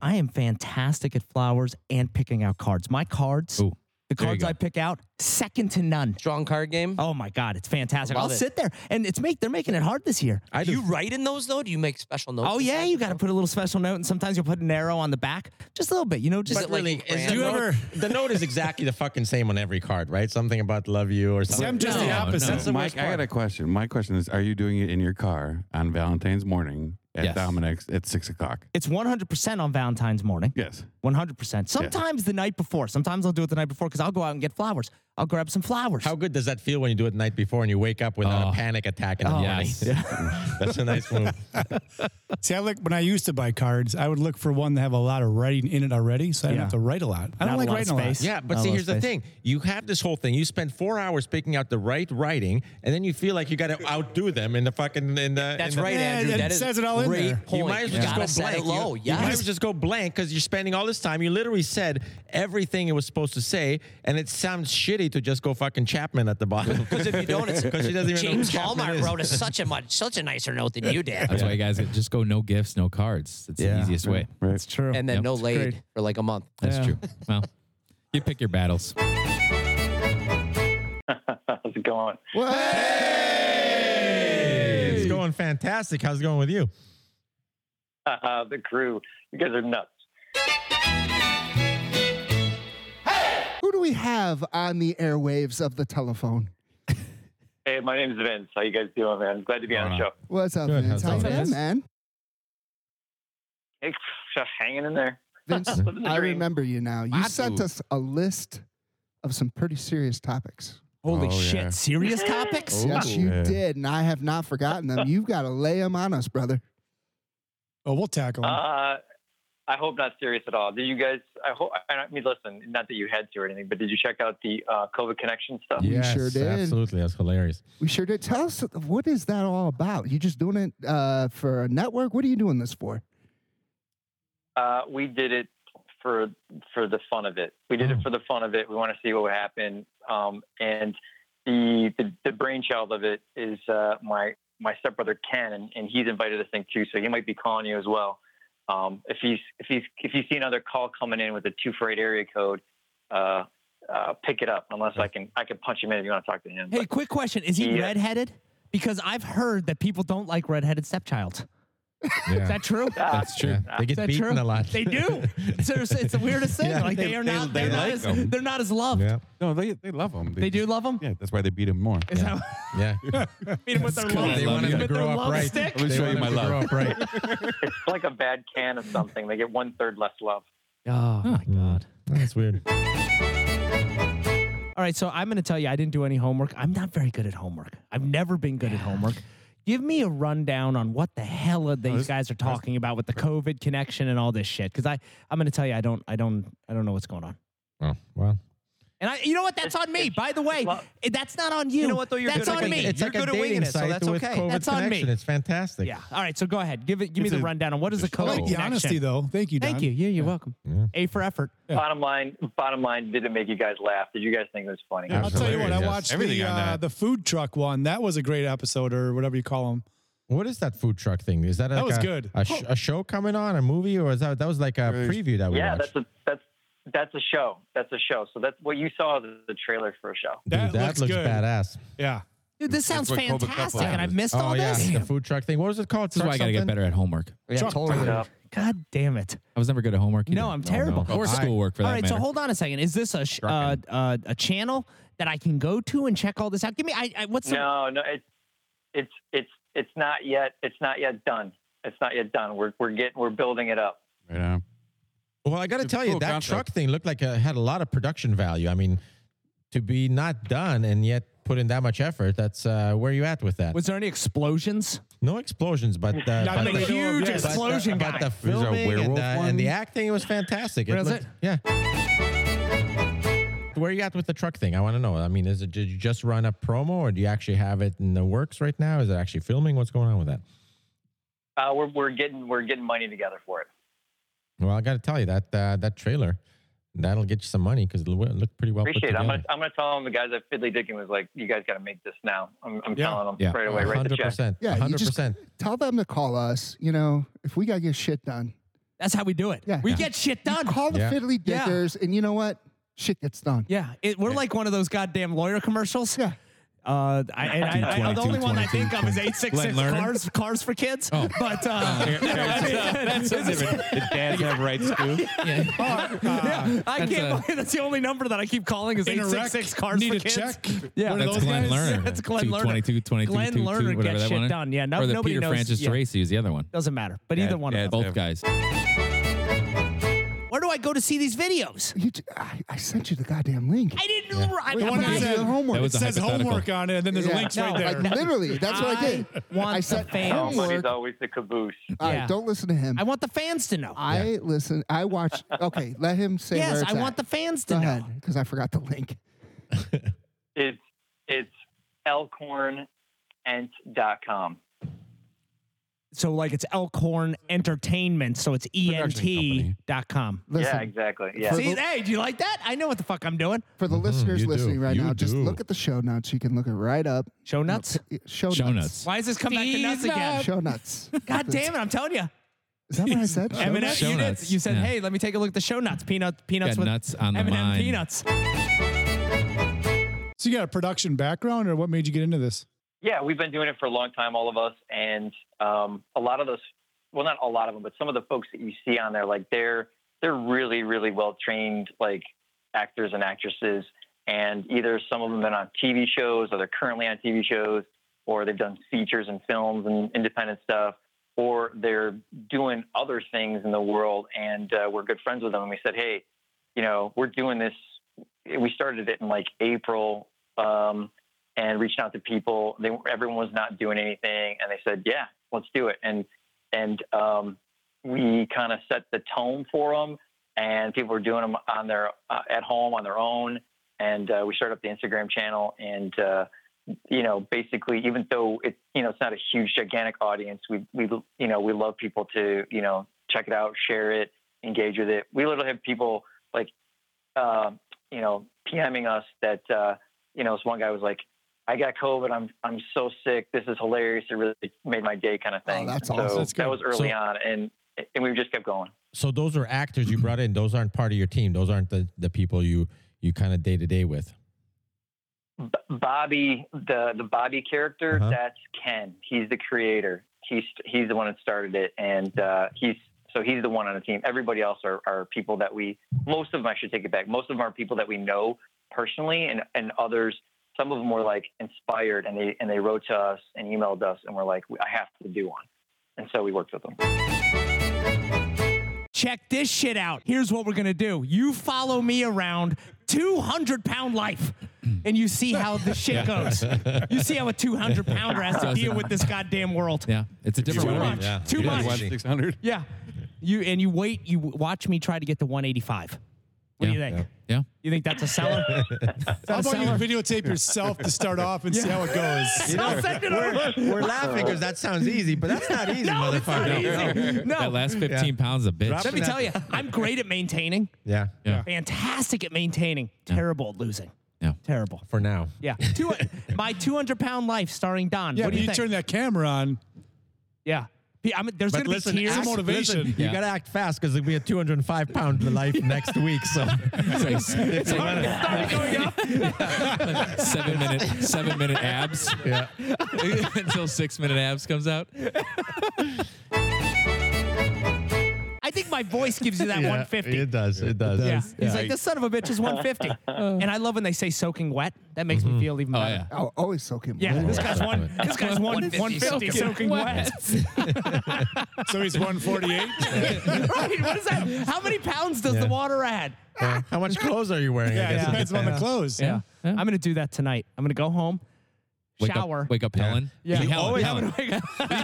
[SPEAKER 4] I am fantastic at flowers and picking out cards. My cards,
[SPEAKER 9] Ooh,
[SPEAKER 4] the
[SPEAKER 9] there you
[SPEAKER 4] cards
[SPEAKER 9] go.
[SPEAKER 4] I pick out, second to none.
[SPEAKER 5] Strong card game.
[SPEAKER 4] Oh my god, it's fantastic!
[SPEAKER 5] Love
[SPEAKER 4] I'll
[SPEAKER 5] it.
[SPEAKER 4] sit there, and it's make they're making it hard this year.
[SPEAKER 6] I
[SPEAKER 5] do
[SPEAKER 6] do.
[SPEAKER 5] you write in those though? Do you make special notes?
[SPEAKER 4] Oh yeah, you got to put a little special note, and sometimes you'll put an arrow on the back, just a little bit, you know. Just
[SPEAKER 5] But really,
[SPEAKER 4] like,
[SPEAKER 5] is
[SPEAKER 3] Do you ever?
[SPEAKER 6] The note is exactly the fucking same on every card, right? Something about love you or something.
[SPEAKER 3] I'm just
[SPEAKER 9] Oh, No,
[SPEAKER 3] the opposite.
[SPEAKER 9] no.
[SPEAKER 6] That's the
[SPEAKER 14] Mike,
[SPEAKER 6] worst
[SPEAKER 14] I got
[SPEAKER 6] part.
[SPEAKER 14] a question. My question is: Are you doing it in your car on Valentine's morning at
[SPEAKER 9] Yes.
[SPEAKER 14] Dominic's at six o'clock?
[SPEAKER 4] it's 100% on Valentine's morning.
[SPEAKER 14] Yes.
[SPEAKER 4] 100%. Sometimes the night before. Sometimes I'll do it the night before because I'll go out and get flowers. I'll grab some flowers.
[SPEAKER 6] How good does that feel when you do it the night before and you wake up without
[SPEAKER 9] Oh.
[SPEAKER 6] a panic attack in the morning?
[SPEAKER 9] Yes.
[SPEAKER 6] That's a nice move.
[SPEAKER 3] See, I look when I used to buy cards, I would look for one that have a lot of writing in it already, so I don't
[SPEAKER 4] Yeah.
[SPEAKER 3] have to write a lot. I
[SPEAKER 4] Not
[SPEAKER 3] don't
[SPEAKER 4] a
[SPEAKER 3] like
[SPEAKER 4] lot of
[SPEAKER 3] writing a lot.
[SPEAKER 4] space.
[SPEAKER 6] Yeah, but
[SPEAKER 4] I
[SPEAKER 6] see,
[SPEAKER 4] love
[SPEAKER 6] here's the
[SPEAKER 4] space.
[SPEAKER 6] thing. You have this whole thing. You spend four hours picking out the right writing, and then you feel like you got to outdo them in the fucking. In the,
[SPEAKER 5] That's
[SPEAKER 6] in the-
[SPEAKER 5] right,
[SPEAKER 3] Yeah,
[SPEAKER 5] Andrew.
[SPEAKER 3] it
[SPEAKER 5] That is
[SPEAKER 3] says it all in
[SPEAKER 5] great
[SPEAKER 3] there. You
[SPEAKER 5] point.
[SPEAKER 6] You might as well
[SPEAKER 5] gotta
[SPEAKER 6] just go
[SPEAKER 5] set
[SPEAKER 6] blank.
[SPEAKER 5] it low.
[SPEAKER 6] You,
[SPEAKER 5] yeah.
[SPEAKER 6] you might as well just go blank because you're spending all this time. You literally said everything it was supposed to say, and it sounds shitty to just go fucking Chapman at the bottom. Because
[SPEAKER 5] if you don't, it's-
[SPEAKER 6] because she doesn't even
[SPEAKER 5] James
[SPEAKER 6] know who Chapman
[SPEAKER 5] Hallmark
[SPEAKER 6] is.
[SPEAKER 5] wrote us such a much, such a nicer note than you did.
[SPEAKER 9] That's why you guys just go no gifts, no cards. It's the easiest way.
[SPEAKER 14] Right.
[SPEAKER 4] It's true.
[SPEAKER 5] and then
[SPEAKER 9] Yep.
[SPEAKER 5] no
[SPEAKER 9] It's
[SPEAKER 5] laid
[SPEAKER 4] great.
[SPEAKER 5] for like a month.
[SPEAKER 9] That's true. Well, you pick your battles.
[SPEAKER 11] How's it going?
[SPEAKER 1] Well,
[SPEAKER 6] It's going fantastic. How's it going with you?
[SPEAKER 11] the crew. You guys are nuts.
[SPEAKER 1] who do we have on the airwaves of the telephone?
[SPEAKER 11] Hey, my name's Vince. How you guys doing, man? Glad to be on the show.
[SPEAKER 1] What's up,
[SPEAKER 6] Good,
[SPEAKER 1] Vince?
[SPEAKER 6] how's
[SPEAKER 1] How you
[SPEAKER 6] it
[SPEAKER 1] been,
[SPEAKER 6] going?
[SPEAKER 1] man?
[SPEAKER 11] Hey, just hanging in there.
[SPEAKER 1] Vince,
[SPEAKER 11] Living the
[SPEAKER 1] I
[SPEAKER 11] dream.
[SPEAKER 1] remember you now. You
[SPEAKER 14] I
[SPEAKER 1] sent
[SPEAKER 14] do.
[SPEAKER 1] us a list of some pretty serious topics.
[SPEAKER 4] Holy
[SPEAKER 14] Oh,
[SPEAKER 4] shit,
[SPEAKER 14] yeah.
[SPEAKER 4] serious topics?
[SPEAKER 1] Yes, you
[SPEAKER 14] Yeah.
[SPEAKER 1] did, and I have not forgotten them. You've got to lay them on us, brother.
[SPEAKER 3] Oh, we'll tackle. 'em.
[SPEAKER 11] Uh, I hope not serious at all. Did you guys? I hope. I I mean, listen. Not that you had to or anything, but did you check out the uh, COVID connection stuff?
[SPEAKER 1] Yeah. Yes, sure did.
[SPEAKER 6] Absolutely. That's hilarious.
[SPEAKER 1] We sure did. Tell us what is that all about? You just doing it uh, for a network? What are you doing this for?
[SPEAKER 11] Uh, we did it for for the fun of it. We did it for the fun of it. We want to see what would happen. Um, and the, the the brainchild of it is uh, my my stepbrother Ken, and, and he's invited this thing too, so he might be calling you as well. Um, if he's if he's if you see another call coming in with a two four eight area code, uh, uh, pick it up. Unless I can I can punch him in if you want to talk to him.
[SPEAKER 4] Hey, quick question: Is he
[SPEAKER 11] Yeah.
[SPEAKER 4] redheaded? Because I've heard that people don't like redheaded stepchild. Is that true?
[SPEAKER 6] That's true. Yeah, they get
[SPEAKER 4] Is that
[SPEAKER 6] beaten
[SPEAKER 4] true?
[SPEAKER 6] a lot.
[SPEAKER 4] They do. It's, it's the weirdest thing.
[SPEAKER 15] Yeah,
[SPEAKER 4] like they,
[SPEAKER 15] they-
[SPEAKER 4] are
[SPEAKER 15] they-
[SPEAKER 4] not.
[SPEAKER 15] they
[SPEAKER 4] They, are not
[SPEAKER 15] like
[SPEAKER 4] as,
[SPEAKER 15] 'em.
[SPEAKER 4] they're not as loved.
[SPEAKER 6] Yeah.
[SPEAKER 15] No, they they love them.
[SPEAKER 4] They do love them.
[SPEAKER 15] Yeah, that's why they beat him more.
[SPEAKER 4] Is that
[SPEAKER 6] Yeah.
[SPEAKER 4] beat them with their
[SPEAKER 6] They
[SPEAKER 4] love?
[SPEAKER 6] want him to
[SPEAKER 4] with their
[SPEAKER 6] grow up
[SPEAKER 4] love
[SPEAKER 6] right.
[SPEAKER 4] stick?
[SPEAKER 15] Let me
[SPEAKER 6] They
[SPEAKER 15] show
[SPEAKER 6] want
[SPEAKER 15] you
[SPEAKER 6] him
[SPEAKER 15] my
[SPEAKER 6] to grow
[SPEAKER 15] love.
[SPEAKER 6] up right.
[SPEAKER 11] It's like a bad can of something. They get one third less love.
[SPEAKER 4] Oh my god.
[SPEAKER 6] That's weird.
[SPEAKER 4] All right, so I'm going to tell you, I didn't do any homework. I'm not very good at homework. I've never been good at homework. Give me a rundown on what the hell are these guys are talking about with the COVID connection and all this shit. Because I, I'm going to tell you, I don't, I don't, I don't know what's going on.
[SPEAKER 6] Oh, well.
[SPEAKER 4] And I, you know what? That's on me. By the way,
[SPEAKER 5] well-
[SPEAKER 4] it- that's not on you.
[SPEAKER 5] You know what, though? You're
[SPEAKER 4] that's
[SPEAKER 5] good at
[SPEAKER 4] on
[SPEAKER 5] winging
[SPEAKER 4] me.
[SPEAKER 5] it.
[SPEAKER 6] It's
[SPEAKER 5] You're
[SPEAKER 6] like a
[SPEAKER 5] good at winging
[SPEAKER 6] dating
[SPEAKER 5] it, so
[SPEAKER 6] site
[SPEAKER 5] that's
[SPEAKER 6] with
[SPEAKER 5] okay.
[SPEAKER 6] COVID
[SPEAKER 4] That's on me.
[SPEAKER 6] connection. It's fantastic.
[SPEAKER 4] Yeah. All right. So go ahead. Give it. Give
[SPEAKER 15] It's
[SPEAKER 4] me the
[SPEAKER 15] a-
[SPEAKER 4] rundown on what is
[SPEAKER 15] I
[SPEAKER 4] the COVID
[SPEAKER 15] like the
[SPEAKER 4] connection.
[SPEAKER 7] though. Thank you.
[SPEAKER 4] Oh. Thank you. Yeah, you're welcome. A for effort.
[SPEAKER 11] Bottom line, bottom line, did it make you guys laugh? Did you guys think it was funny?
[SPEAKER 6] Yeah.
[SPEAKER 3] I'll tell you what, I
[SPEAKER 6] Absolutely, yes.
[SPEAKER 3] watched
[SPEAKER 15] Everything
[SPEAKER 3] the,
[SPEAKER 15] on
[SPEAKER 3] uh,
[SPEAKER 15] that.
[SPEAKER 3] the food truck one. That was a great episode, or whatever you call them.
[SPEAKER 6] What is that food truck thing? Is that, like
[SPEAKER 3] was
[SPEAKER 6] a,
[SPEAKER 3] good.
[SPEAKER 6] A, sh- a show coming on, a movie, or is that that was like a preview that we
[SPEAKER 11] Yeah,
[SPEAKER 6] watched?
[SPEAKER 11] that's a that's that's a show. That's a show. So that's what you saw is the trailer for a show.
[SPEAKER 6] Dude,
[SPEAKER 3] That, looks, good.
[SPEAKER 6] badass.
[SPEAKER 3] Yeah.
[SPEAKER 4] Dude,
[SPEAKER 15] That's
[SPEAKER 4] this sounds
[SPEAKER 15] what Cobra Cup
[SPEAKER 4] fantastic,
[SPEAKER 15] was.
[SPEAKER 4] and I've missed
[SPEAKER 6] oh
[SPEAKER 4] all
[SPEAKER 6] yeah,
[SPEAKER 4] this.
[SPEAKER 6] the food truck thing. What was it called?
[SPEAKER 9] This is why I got to get better at homework.
[SPEAKER 3] Truck
[SPEAKER 11] So,
[SPEAKER 4] God damn it.
[SPEAKER 9] I was never good at homework.
[SPEAKER 4] No,
[SPEAKER 9] either.
[SPEAKER 4] I'm terrible.
[SPEAKER 9] Or
[SPEAKER 6] I-
[SPEAKER 9] schoolwork for that
[SPEAKER 4] all right,
[SPEAKER 9] matter.
[SPEAKER 4] so hold on a second. Is this a sh- uh,
[SPEAKER 9] Trucking.
[SPEAKER 4] uh, a channel that I can go to and check all this out? Give me, I, I what's the
[SPEAKER 11] no, no, it's it's it's it's not yet it's not yet done. It's not yet done. We're we're getting we're building it up.
[SPEAKER 15] Right on.
[SPEAKER 6] Well, I got to
[SPEAKER 15] It's
[SPEAKER 6] tell
[SPEAKER 15] a
[SPEAKER 6] you,
[SPEAKER 15] cool
[SPEAKER 6] that
[SPEAKER 15] concept.
[SPEAKER 6] truck thing looked like it had a lot of production value. I mean, to be not done and yet put in that much effort, that's uh, where you at with that.
[SPEAKER 4] Was there any explosions?
[SPEAKER 6] no explosions, but uh,
[SPEAKER 3] Not
[SPEAKER 6] but,
[SPEAKER 3] that we
[SPEAKER 6] but,
[SPEAKER 3] know of
[SPEAKER 4] huge
[SPEAKER 3] yet.
[SPEAKER 6] the-
[SPEAKER 4] explosion
[SPEAKER 6] but the
[SPEAKER 4] guy.
[SPEAKER 15] there a
[SPEAKER 6] filming and
[SPEAKER 15] werewolf
[SPEAKER 6] the, and
[SPEAKER 15] one?
[SPEAKER 6] the acting was fantastic.
[SPEAKER 4] Was
[SPEAKER 6] looked-
[SPEAKER 4] it?
[SPEAKER 6] Yeah. Where you at with the truck thing? I want to know. I mean, is it did you just run a promo, or do you actually have it in the works right now? Is it actually filming? What's going on with that?
[SPEAKER 11] Uh, we're we're getting we're getting money together for it.
[SPEAKER 6] Well, I got to tell you that uh, that trailer that'll get you some money because it loo- looked pretty well put
[SPEAKER 11] Appreciate it.
[SPEAKER 6] together.
[SPEAKER 11] I'm gonna I'm gonna tell them the guys at Fiddly Dickin was like, you guys got to make this now. I'm, I'm
[SPEAKER 3] Yeah.
[SPEAKER 11] telling them
[SPEAKER 9] Yeah.
[SPEAKER 11] right away, right the
[SPEAKER 6] hundred
[SPEAKER 11] check.
[SPEAKER 6] percent.
[SPEAKER 1] Yeah, you
[SPEAKER 6] hundred
[SPEAKER 1] just-
[SPEAKER 6] percent.
[SPEAKER 1] Tell them to call us. You know, if we gotta get shit done,
[SPEAKER 4] That's how we do it.
[SPEAKER 1] Yeah.
[SPEAKER 4] We
[SPEAKER 1] Yeah.
[SPEAKER 4] get shit done.
[SPEAKER 1] call the
[SPEAKER 6] Yeah.
[SPEAKER 1] fiddly
[SPEAKER 4] Yeah.
[SPEAKER 1] dickers, and you know what? Shit gets done.
[SPEAKER 4] yeah, it, we're like one of those goddamn lawyer commercials.
[SPEAKER 1] Yeah.
[SPEAKER 4] Uh, I, and I, I, the
[SPEAKER 9] 22,
[SPEAKER 4] only one I think of is
[SPEAKER 9] 22.
[SPEAKER 4] eight six six
[SPEAKER 9] Glenn Lerner?
[SPEAKER 4] cars cars for kids. But uh, you know, I mean,
[SPEAKER 9] That's so different.
[SPEAKER 15] Did dads have rights too?
[SPEAKER 4] yeah, I can't.
[SPEAKER 9] That's a-
[SPEAKER 4] believe that's the only number that I keep calling is eight six six cars
[SPEAKER 3] need
[SPEAKER 4] for
[SPEAKER 3] a
[SPEAKER 4] kids.
[SPEAKER 3] check.
[SPEAKER 4] Yeah.
[SPEAKER 3] One of
[SPEAKER 9] That's
[SPEAKER 3] those
[SPEAKER 9] Glenn
[SPEAKER 3] guys?
[SPEAKER 9] Lerner.
[SPEAKER 4] That's Glenn
[SPEAKER 9] Two-
[SPEAKER 4] Lerner.
[SPEAKER 9] 22, 22,
[SPEAKER 4] Glenn
[SPEAKER 9] 22,
[SPEAKER 4] Lerner
[SPEAKER 9] whatever
[SPEAKER 4] gets
[SPEAKER 9] that
[SPEAKER 4] shit
[SPEAKER 9] one is.
[SPEAKER 4] done. Yeah, no-
[SPEAKER 9] or the
[SPEAKER 4] nobody
[SPEAKER 9] Peter
[SPEAKER 4] knows-
[SPEAKER 9] Francis
[SPEAKER 4] yeah.
[SPEAKER 9] Tracy is the other one.
[SPEAKER 4] Doesn't matter. But either one
[SPEAKER 15] yeah,
[SPEAKER 4] of them.
[SPEAKER 9] Both guys.
[SPEAKER 4] Where do I go to see these videos?
[SPEAKER 1] You j- I, I sent you the goddamn link.
[SPEAKER 4] I didn't. I,
[SPEAKER 3] The one
[SPEAKER 4] but
[SPEAKER 3] that
[SPEAKER 4] I-
[SPEAKER 1] said-
[SPEAKER 3] said,
[SPEAKER 1] did homework.
[SPEAKER 9] That was
[SPEAKER 3] it
[SPEAKER 9] a
[SPEAKER 3] says
[SPEAKER 9] hypothetical.
[SPEAKER 3] homework on it, and then there's
[SPEAKER 1] Yeah.
[SPEAKER 3] links
[SPEAKER 4] No,
[SPEAKER 3] right
[SPEAKER 4] like
[SPEAKER 3] there.
[SPEAKER 4] that-
[SPEAKER 1] Literally, that's what I did.
[SPEAKER 4] I want
[SPEAKER 1] I sent
[SPEAKER 4] the fans.
[SPEAKER 11] Oh, money's
[SPEAKER 1] homework. All
[SPEAKER 11] always the caboose.
[SPEAKER 1] right,
[SPEAKER 4] Yeah.
[SPEAKER 1] don't listen to him.
[SPEAKER 4] I want the fans to know.
[SPEAKER 1] I listen. I watched. Okay, let him say where
[SPEAKER 4] yes,
[SPEAKER 1] it's
[SPEAKER 4] I want the
[SPEAKER 1] at.
[SPEAKER 4] fans to
[SPEAKER 1] Go
[SPEAKER 4] know.
[SPEAKER 1] ahead, because I forgot the link.
[SPEAKER 11] It's it's elkhornent.com.
[SPEAKER 4] So like it's Elkhorn Entertainment, so it's E
[SPEAKER 15] company.
[SPEAKER 4] ent.com.
[SPEAKER 1] Listen,
[SPEAKER 11] Yeah, exactly. Yeah.
[SPEAKER 4] See, hey, do you like that? I know what the fuck I'm doing.
[SPEAKER 1] for the listeners
[SPEAKER 6] you do.
[SPEAKER 1] listening right
[SPEAKER 6] You
[SPEAKER 1] now, just
[SPEAKER 6] do.
[SPEAKER 1] look at the show notes. You can look it right up.
[SPEAKER 4] Show nuts.
[SPEAKER 1] Show,
[SPEAKER 9] Show
[SPEAKER 1] nuts.
[SPEAKER 9] nuts.
[SPEAKER 4] Why does this come back to nuts again?
[SPEAKER 1] Show nuts.
[SPEAKER 4] God damn it! I'm telling you,
[SPEAKER 1] Is that what I said? Show
[SPEAKER 4] M&M.
[SPEAKER 1] nuts?
[SPEAKER 9] Show
[SPEAKER 4] You, did.
[SPEAKER 9] nuts.
[SPEAKER 4] you said,
[SPEAKER 9] Yeah.
[SPEAKER 4] "Hey, let me take a look at the show nuts. Peanut, peanuts
[SPEAKER 9] Got
[SPEAKER 4] with
[SPEAKER 9] nuts on the
[SPEAKER 4] M&M
[SPEAKER 9] mind.
[SPEAKER 4] peanuts."
[SPEAKER 3] So you got a production background, or what made you get into this?
[SPEAKER 11] Yeah, we've been doing it for a long time, all of us, and um, a lot of those. Well, not a lot of them, but some of the folks that you see on there, like they're they're really, really well trained, like actors and actresses, and either some of them been on TV shows, or they're currently on TV shows, or they've done features and films and independent stuff, or they're doing other things in the world, and uh, we're good friends with them, and we said, hey, you know, we're doing this. We started it in like April. Um, and reaching out to people. They everyone was not doing anything, and they said, "Yeah, let's do it." And and um, we kind of set the tone for them, and people were doing them on their uh, at home on their own. And uh, we started up the Instagram channel, and uh, you know, basically, even though it you know it's not a huge gigantic audience, we we you know we love people to you know check it out, share it, engage with it. We literally have people um, like uh, you know PMing us that uh, you know this one guy was like. I got COVID. I'm I'm so sick. This is hilarious. It really made my day, kind of thing.
[SPEAKER 6] Oh, that's
[SPEAKER 11] so
[SPEAKER 6] awesome. That's
[SPEAKER 11] that
[SPEAKER 6] good.
[SPEAKER 11] was early
[SPEAKER 6] So-
[SPEAKER 11] on, and and we just kept going.
[SPEAKER 6] So those are actors you brought in. Those aren't part of your team. Those aren't the, the people you you kind of day to day with.
[SPEAKER 11] B- Bobby, the the Bobby character, that's Ken. He's the creator. He's he's the one that started it, and uh, he's so he's the one on the team. Everybody else are, are people that we most of them. I should take it back. Most of them are people that we know personally, and and others. Some of them were like inspired, and they and they wrote to us and emailed us, and we're like, I have to do one, and so we worked with them.
[SPEAKER 4] Check this shit out. Here's what we're gonna do. You follow me around 200 pound life, and you see how the shit
[SPEAKER 9] Yeah.
[SPEAKER 4] goes. You see how a 200 pounder has to deal with this goddamn world.
[SPEAKER 9] Yeah, it's a different
[SPEAKER 4] Too
[SPEAKER 9] world.
[SPEAKER 4] much.
[SPEAKER 9] Yeah.
[SPEAKER 4] Too
[SPEAKER 9] Yeah.
[SPEAKER 4] much.
[SPEAKER 9] Yeah.
[SPEAKER 15] 600.
[SPEAKER 4] Yeah. You and you wait. You watch me try to get to 185. What do you think?
[SPEAKER 9] Yeah.
[SPEAKER 4] You think that's a seller? Is that
[SPEAKER 3] How
[SPEAKER 4] a
[SPEAKER 3] about you
[SPEAKER 4] seller?
[SPEAKER 3] videotape yourself to start off and see how it goes?
[SPEAKER 4] I'll send it over.
[SPEAKER 6] We're laughing because that sounds easy, but that's not easy,
[SPEAKER 4] No, it's not
[SPEAKER 6] motherfucker.
[SPEAKER 4] easy. No.
[SPEAKER 9] That last 15 pounds of bitch.
[SPEAKER 4] Let me tell you, I'm great at maintaining.
[SPEAKER 6] Yeah.
[SPEAKER 9] Yeah.
[SPEAKER 4] Fantastic at maintaining. Terrible at losing.
[SPEAKER 9] Yeah.
[SPEAKER 4] Terrible.
[SPEAKER 6] For now.
[SPEAKER 4] Yeah. Two, my 200 pound life starring Don.
[SPEAKER 3] Yeah,
[SPEAKER 4] what
[SPEAKER 3] but
[SPEAKER 4] do
[SPEAKER 3] you,
[SPEAKER 4] you, think?
[SPEAKER 3] turn that camera on.
[SPEAKER 4] yeah. I mean, there's
[SPEAKER 6] But
[SPEAKER 4] going to
[SPEAKER 6] listen,
[SPEAKER 4] be tears.
[SPEAKER 6] act-
[SPEAKER 3] motivation.
[SPEAKER 6] listen, you
[SPEAKER 9] Yeah.
[SPEAKER 6] got to act fast because it'll be a 205 pound life next week. So
[SPEAKER 9] It's like seven minute, seven minute abs. Yeah. Until six minute abs comes out.
[SPEAKER 4] I think my voice gives you that 150.
[SPEAKER 6] It does. It does.
[SPEAKER 4] Yeah. He's like, this son of a bitch is 150. and I love when they say soaking wet. That makes me feel even
[SPEAKER 9] Oh,
[SPEAKER 4] better.
[SPEAKER 9] yeah.
[SPEAKER 1] I'll always soak him.
[SPEAKER 4] Mm-hmm. Yeah,
[SPEAKER 1] wet.
[SPEAKER 4] this guy's one. This guy's one.
[SPEAKER 5] 150
[SPEAKER 4] 150
[SPEAKER 5] soaking
[SPEAKER 4] soaking wet.
[SPEAKER 3] So he's 148.
[SPEAKER 4] right? What is that? How many pounds does the water add?
[SPEAKER 6] Yeah. How much clothes are you wearing? I
[SPEAKER 3] yeah, it
[SPEAKER 6] guess.
[SPEAKER 3] depends on the clothes.
[SPEAKER 4] Yeah. I'm going to do that tonight. I'm going to go home,
[SPEAKER 9] Wake
[SPEAKER 4] shower.
[SPEAKER 9] up, wake up, Helen.
[SPEAKER 4] Yeah.
[SPEAKER 9] Helen,
[SPEAKER 4] always
[SPEAKER 9] Helen.
[SPEAKER 5] you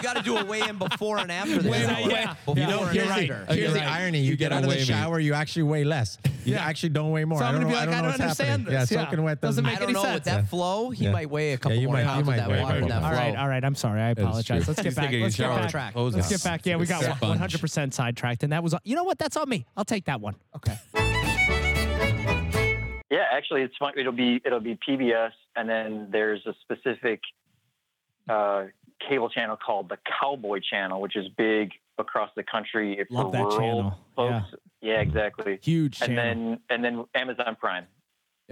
[SPEAKER 5] got to do a weigh in before and after this.
[SPEAKER 4] Weigh-in,
[SPEAKER 5] hour.
[SPEAKER 4] yeah.
[SPEAKER 5] Before
[SPEAKER 4] You know,
[SPEAKER 5] and
[SPEAKER 4] you're
[SPEAKER 5] after.
[SPEAKER 4] right.
[SPEAKER 6] Oh, here's
[SPEAKER 9] You're
[SPEAKER 6] the
[SPEAKER 9] right.
[SPEAKER 6] irony: you,
[SPEAKER 9] You
[SPEAKER 6] get
[SPEAKER 9] gotta
[SPEAKER 6] out of the
[SPEAKER 9] weigh me.
[SPEAKER 6] shower, you actually weigh less. You actually don't weigh more.
[SPEAKER 4] So I'm
[SPEAKER 6] I
[SPEAKER 4] gonna
[SPEAKER 6] don't
[SPEAKER 4] be
[SPEAKER 6] know-
[SPEAKER 4] like, I
[SPEAKER 6] know
[SPEAKER 4] don't
[SPEAKER 6] what's
[SPEAKER 4] understand
[SPEAKER 6] happening.
[SPEAKER 4] this.
[SPEAKER 6] Yeah,
[SPEAKER 4] Yeah.
[SPEAKER 6] soaking wet doesn't
[SPEAKER 4] Doesn't make
[SPEAKER 5] I don't
[SPEAKER 4] any
[SPEAKER 5] know
[SPEAKER 4] sense.
[SPEAKER 5] with that flow. He
[SPEAKER 6] Yeah.
[SPEAKER 5] might weigh a
[SPEAKER 6] Yeah,
[SPEAKER 5] couple
[SPEAKER 6] you
[SPEAKER 5] more
[SPEAKER 6] might- you
[SPEAKER 5] pounds
[SPEAKER 6] might
[SPEAKER 5] with that
[SPEAKER 6] weigh a
[SPEAKER 5] water
[SPEAKER 6] couple
[SPEAKER 5] and that
[SPEAKER 4] All
[SPEAKER 5] flow.
[SPEAKER 6] more.
[SPEAKER 4] right, all right. I'm sorry. I
[SPEAKER 9] is
[SPEAKER 4] apologize.
[SPEAKER 9] true.
[SPEAKER 4] Let's get
[SPEAKER 15] He's
[SPEAKER 4] back.
[SPEAKER 15] taking a
[SPEAKER 4] Let's get
[SPEAKER 15] shower.
[SPEAKER 4] back.
[SPEAKER 5] Track.
[SPEAKER 15] Clothes
[SPEAKER 4] Let's
[SPEAKER 15] on.
[SPEAKER 4] get back. Yeah, we got
[SPEAKER 9] Sponge.
[SPEAKER 4] 100% sidetracked, and that was. You know what? That's on me. I'll take that one.
[SPEAKER 1] Okay.
[SPEAKER 11] Yeah, actually, it's fun. It'll be it'll be PBS, and then there's a specific uh, cable channel called the Cowboy Channel, which is big across the country if
[SPEAKER 4] Love
[SPEAKER 11] for
[SPEAKER 4] that
[SPEAKER 11] rural
[SPEAKER 4] channel.
[SPEAKER 11] folks. Yeah, exactly.
[SPEAKER 4] Huge
[SPEAKER 11] And
[SPEAKER 4] channel.
[SPEAKER 11] then and then Amazon Prime.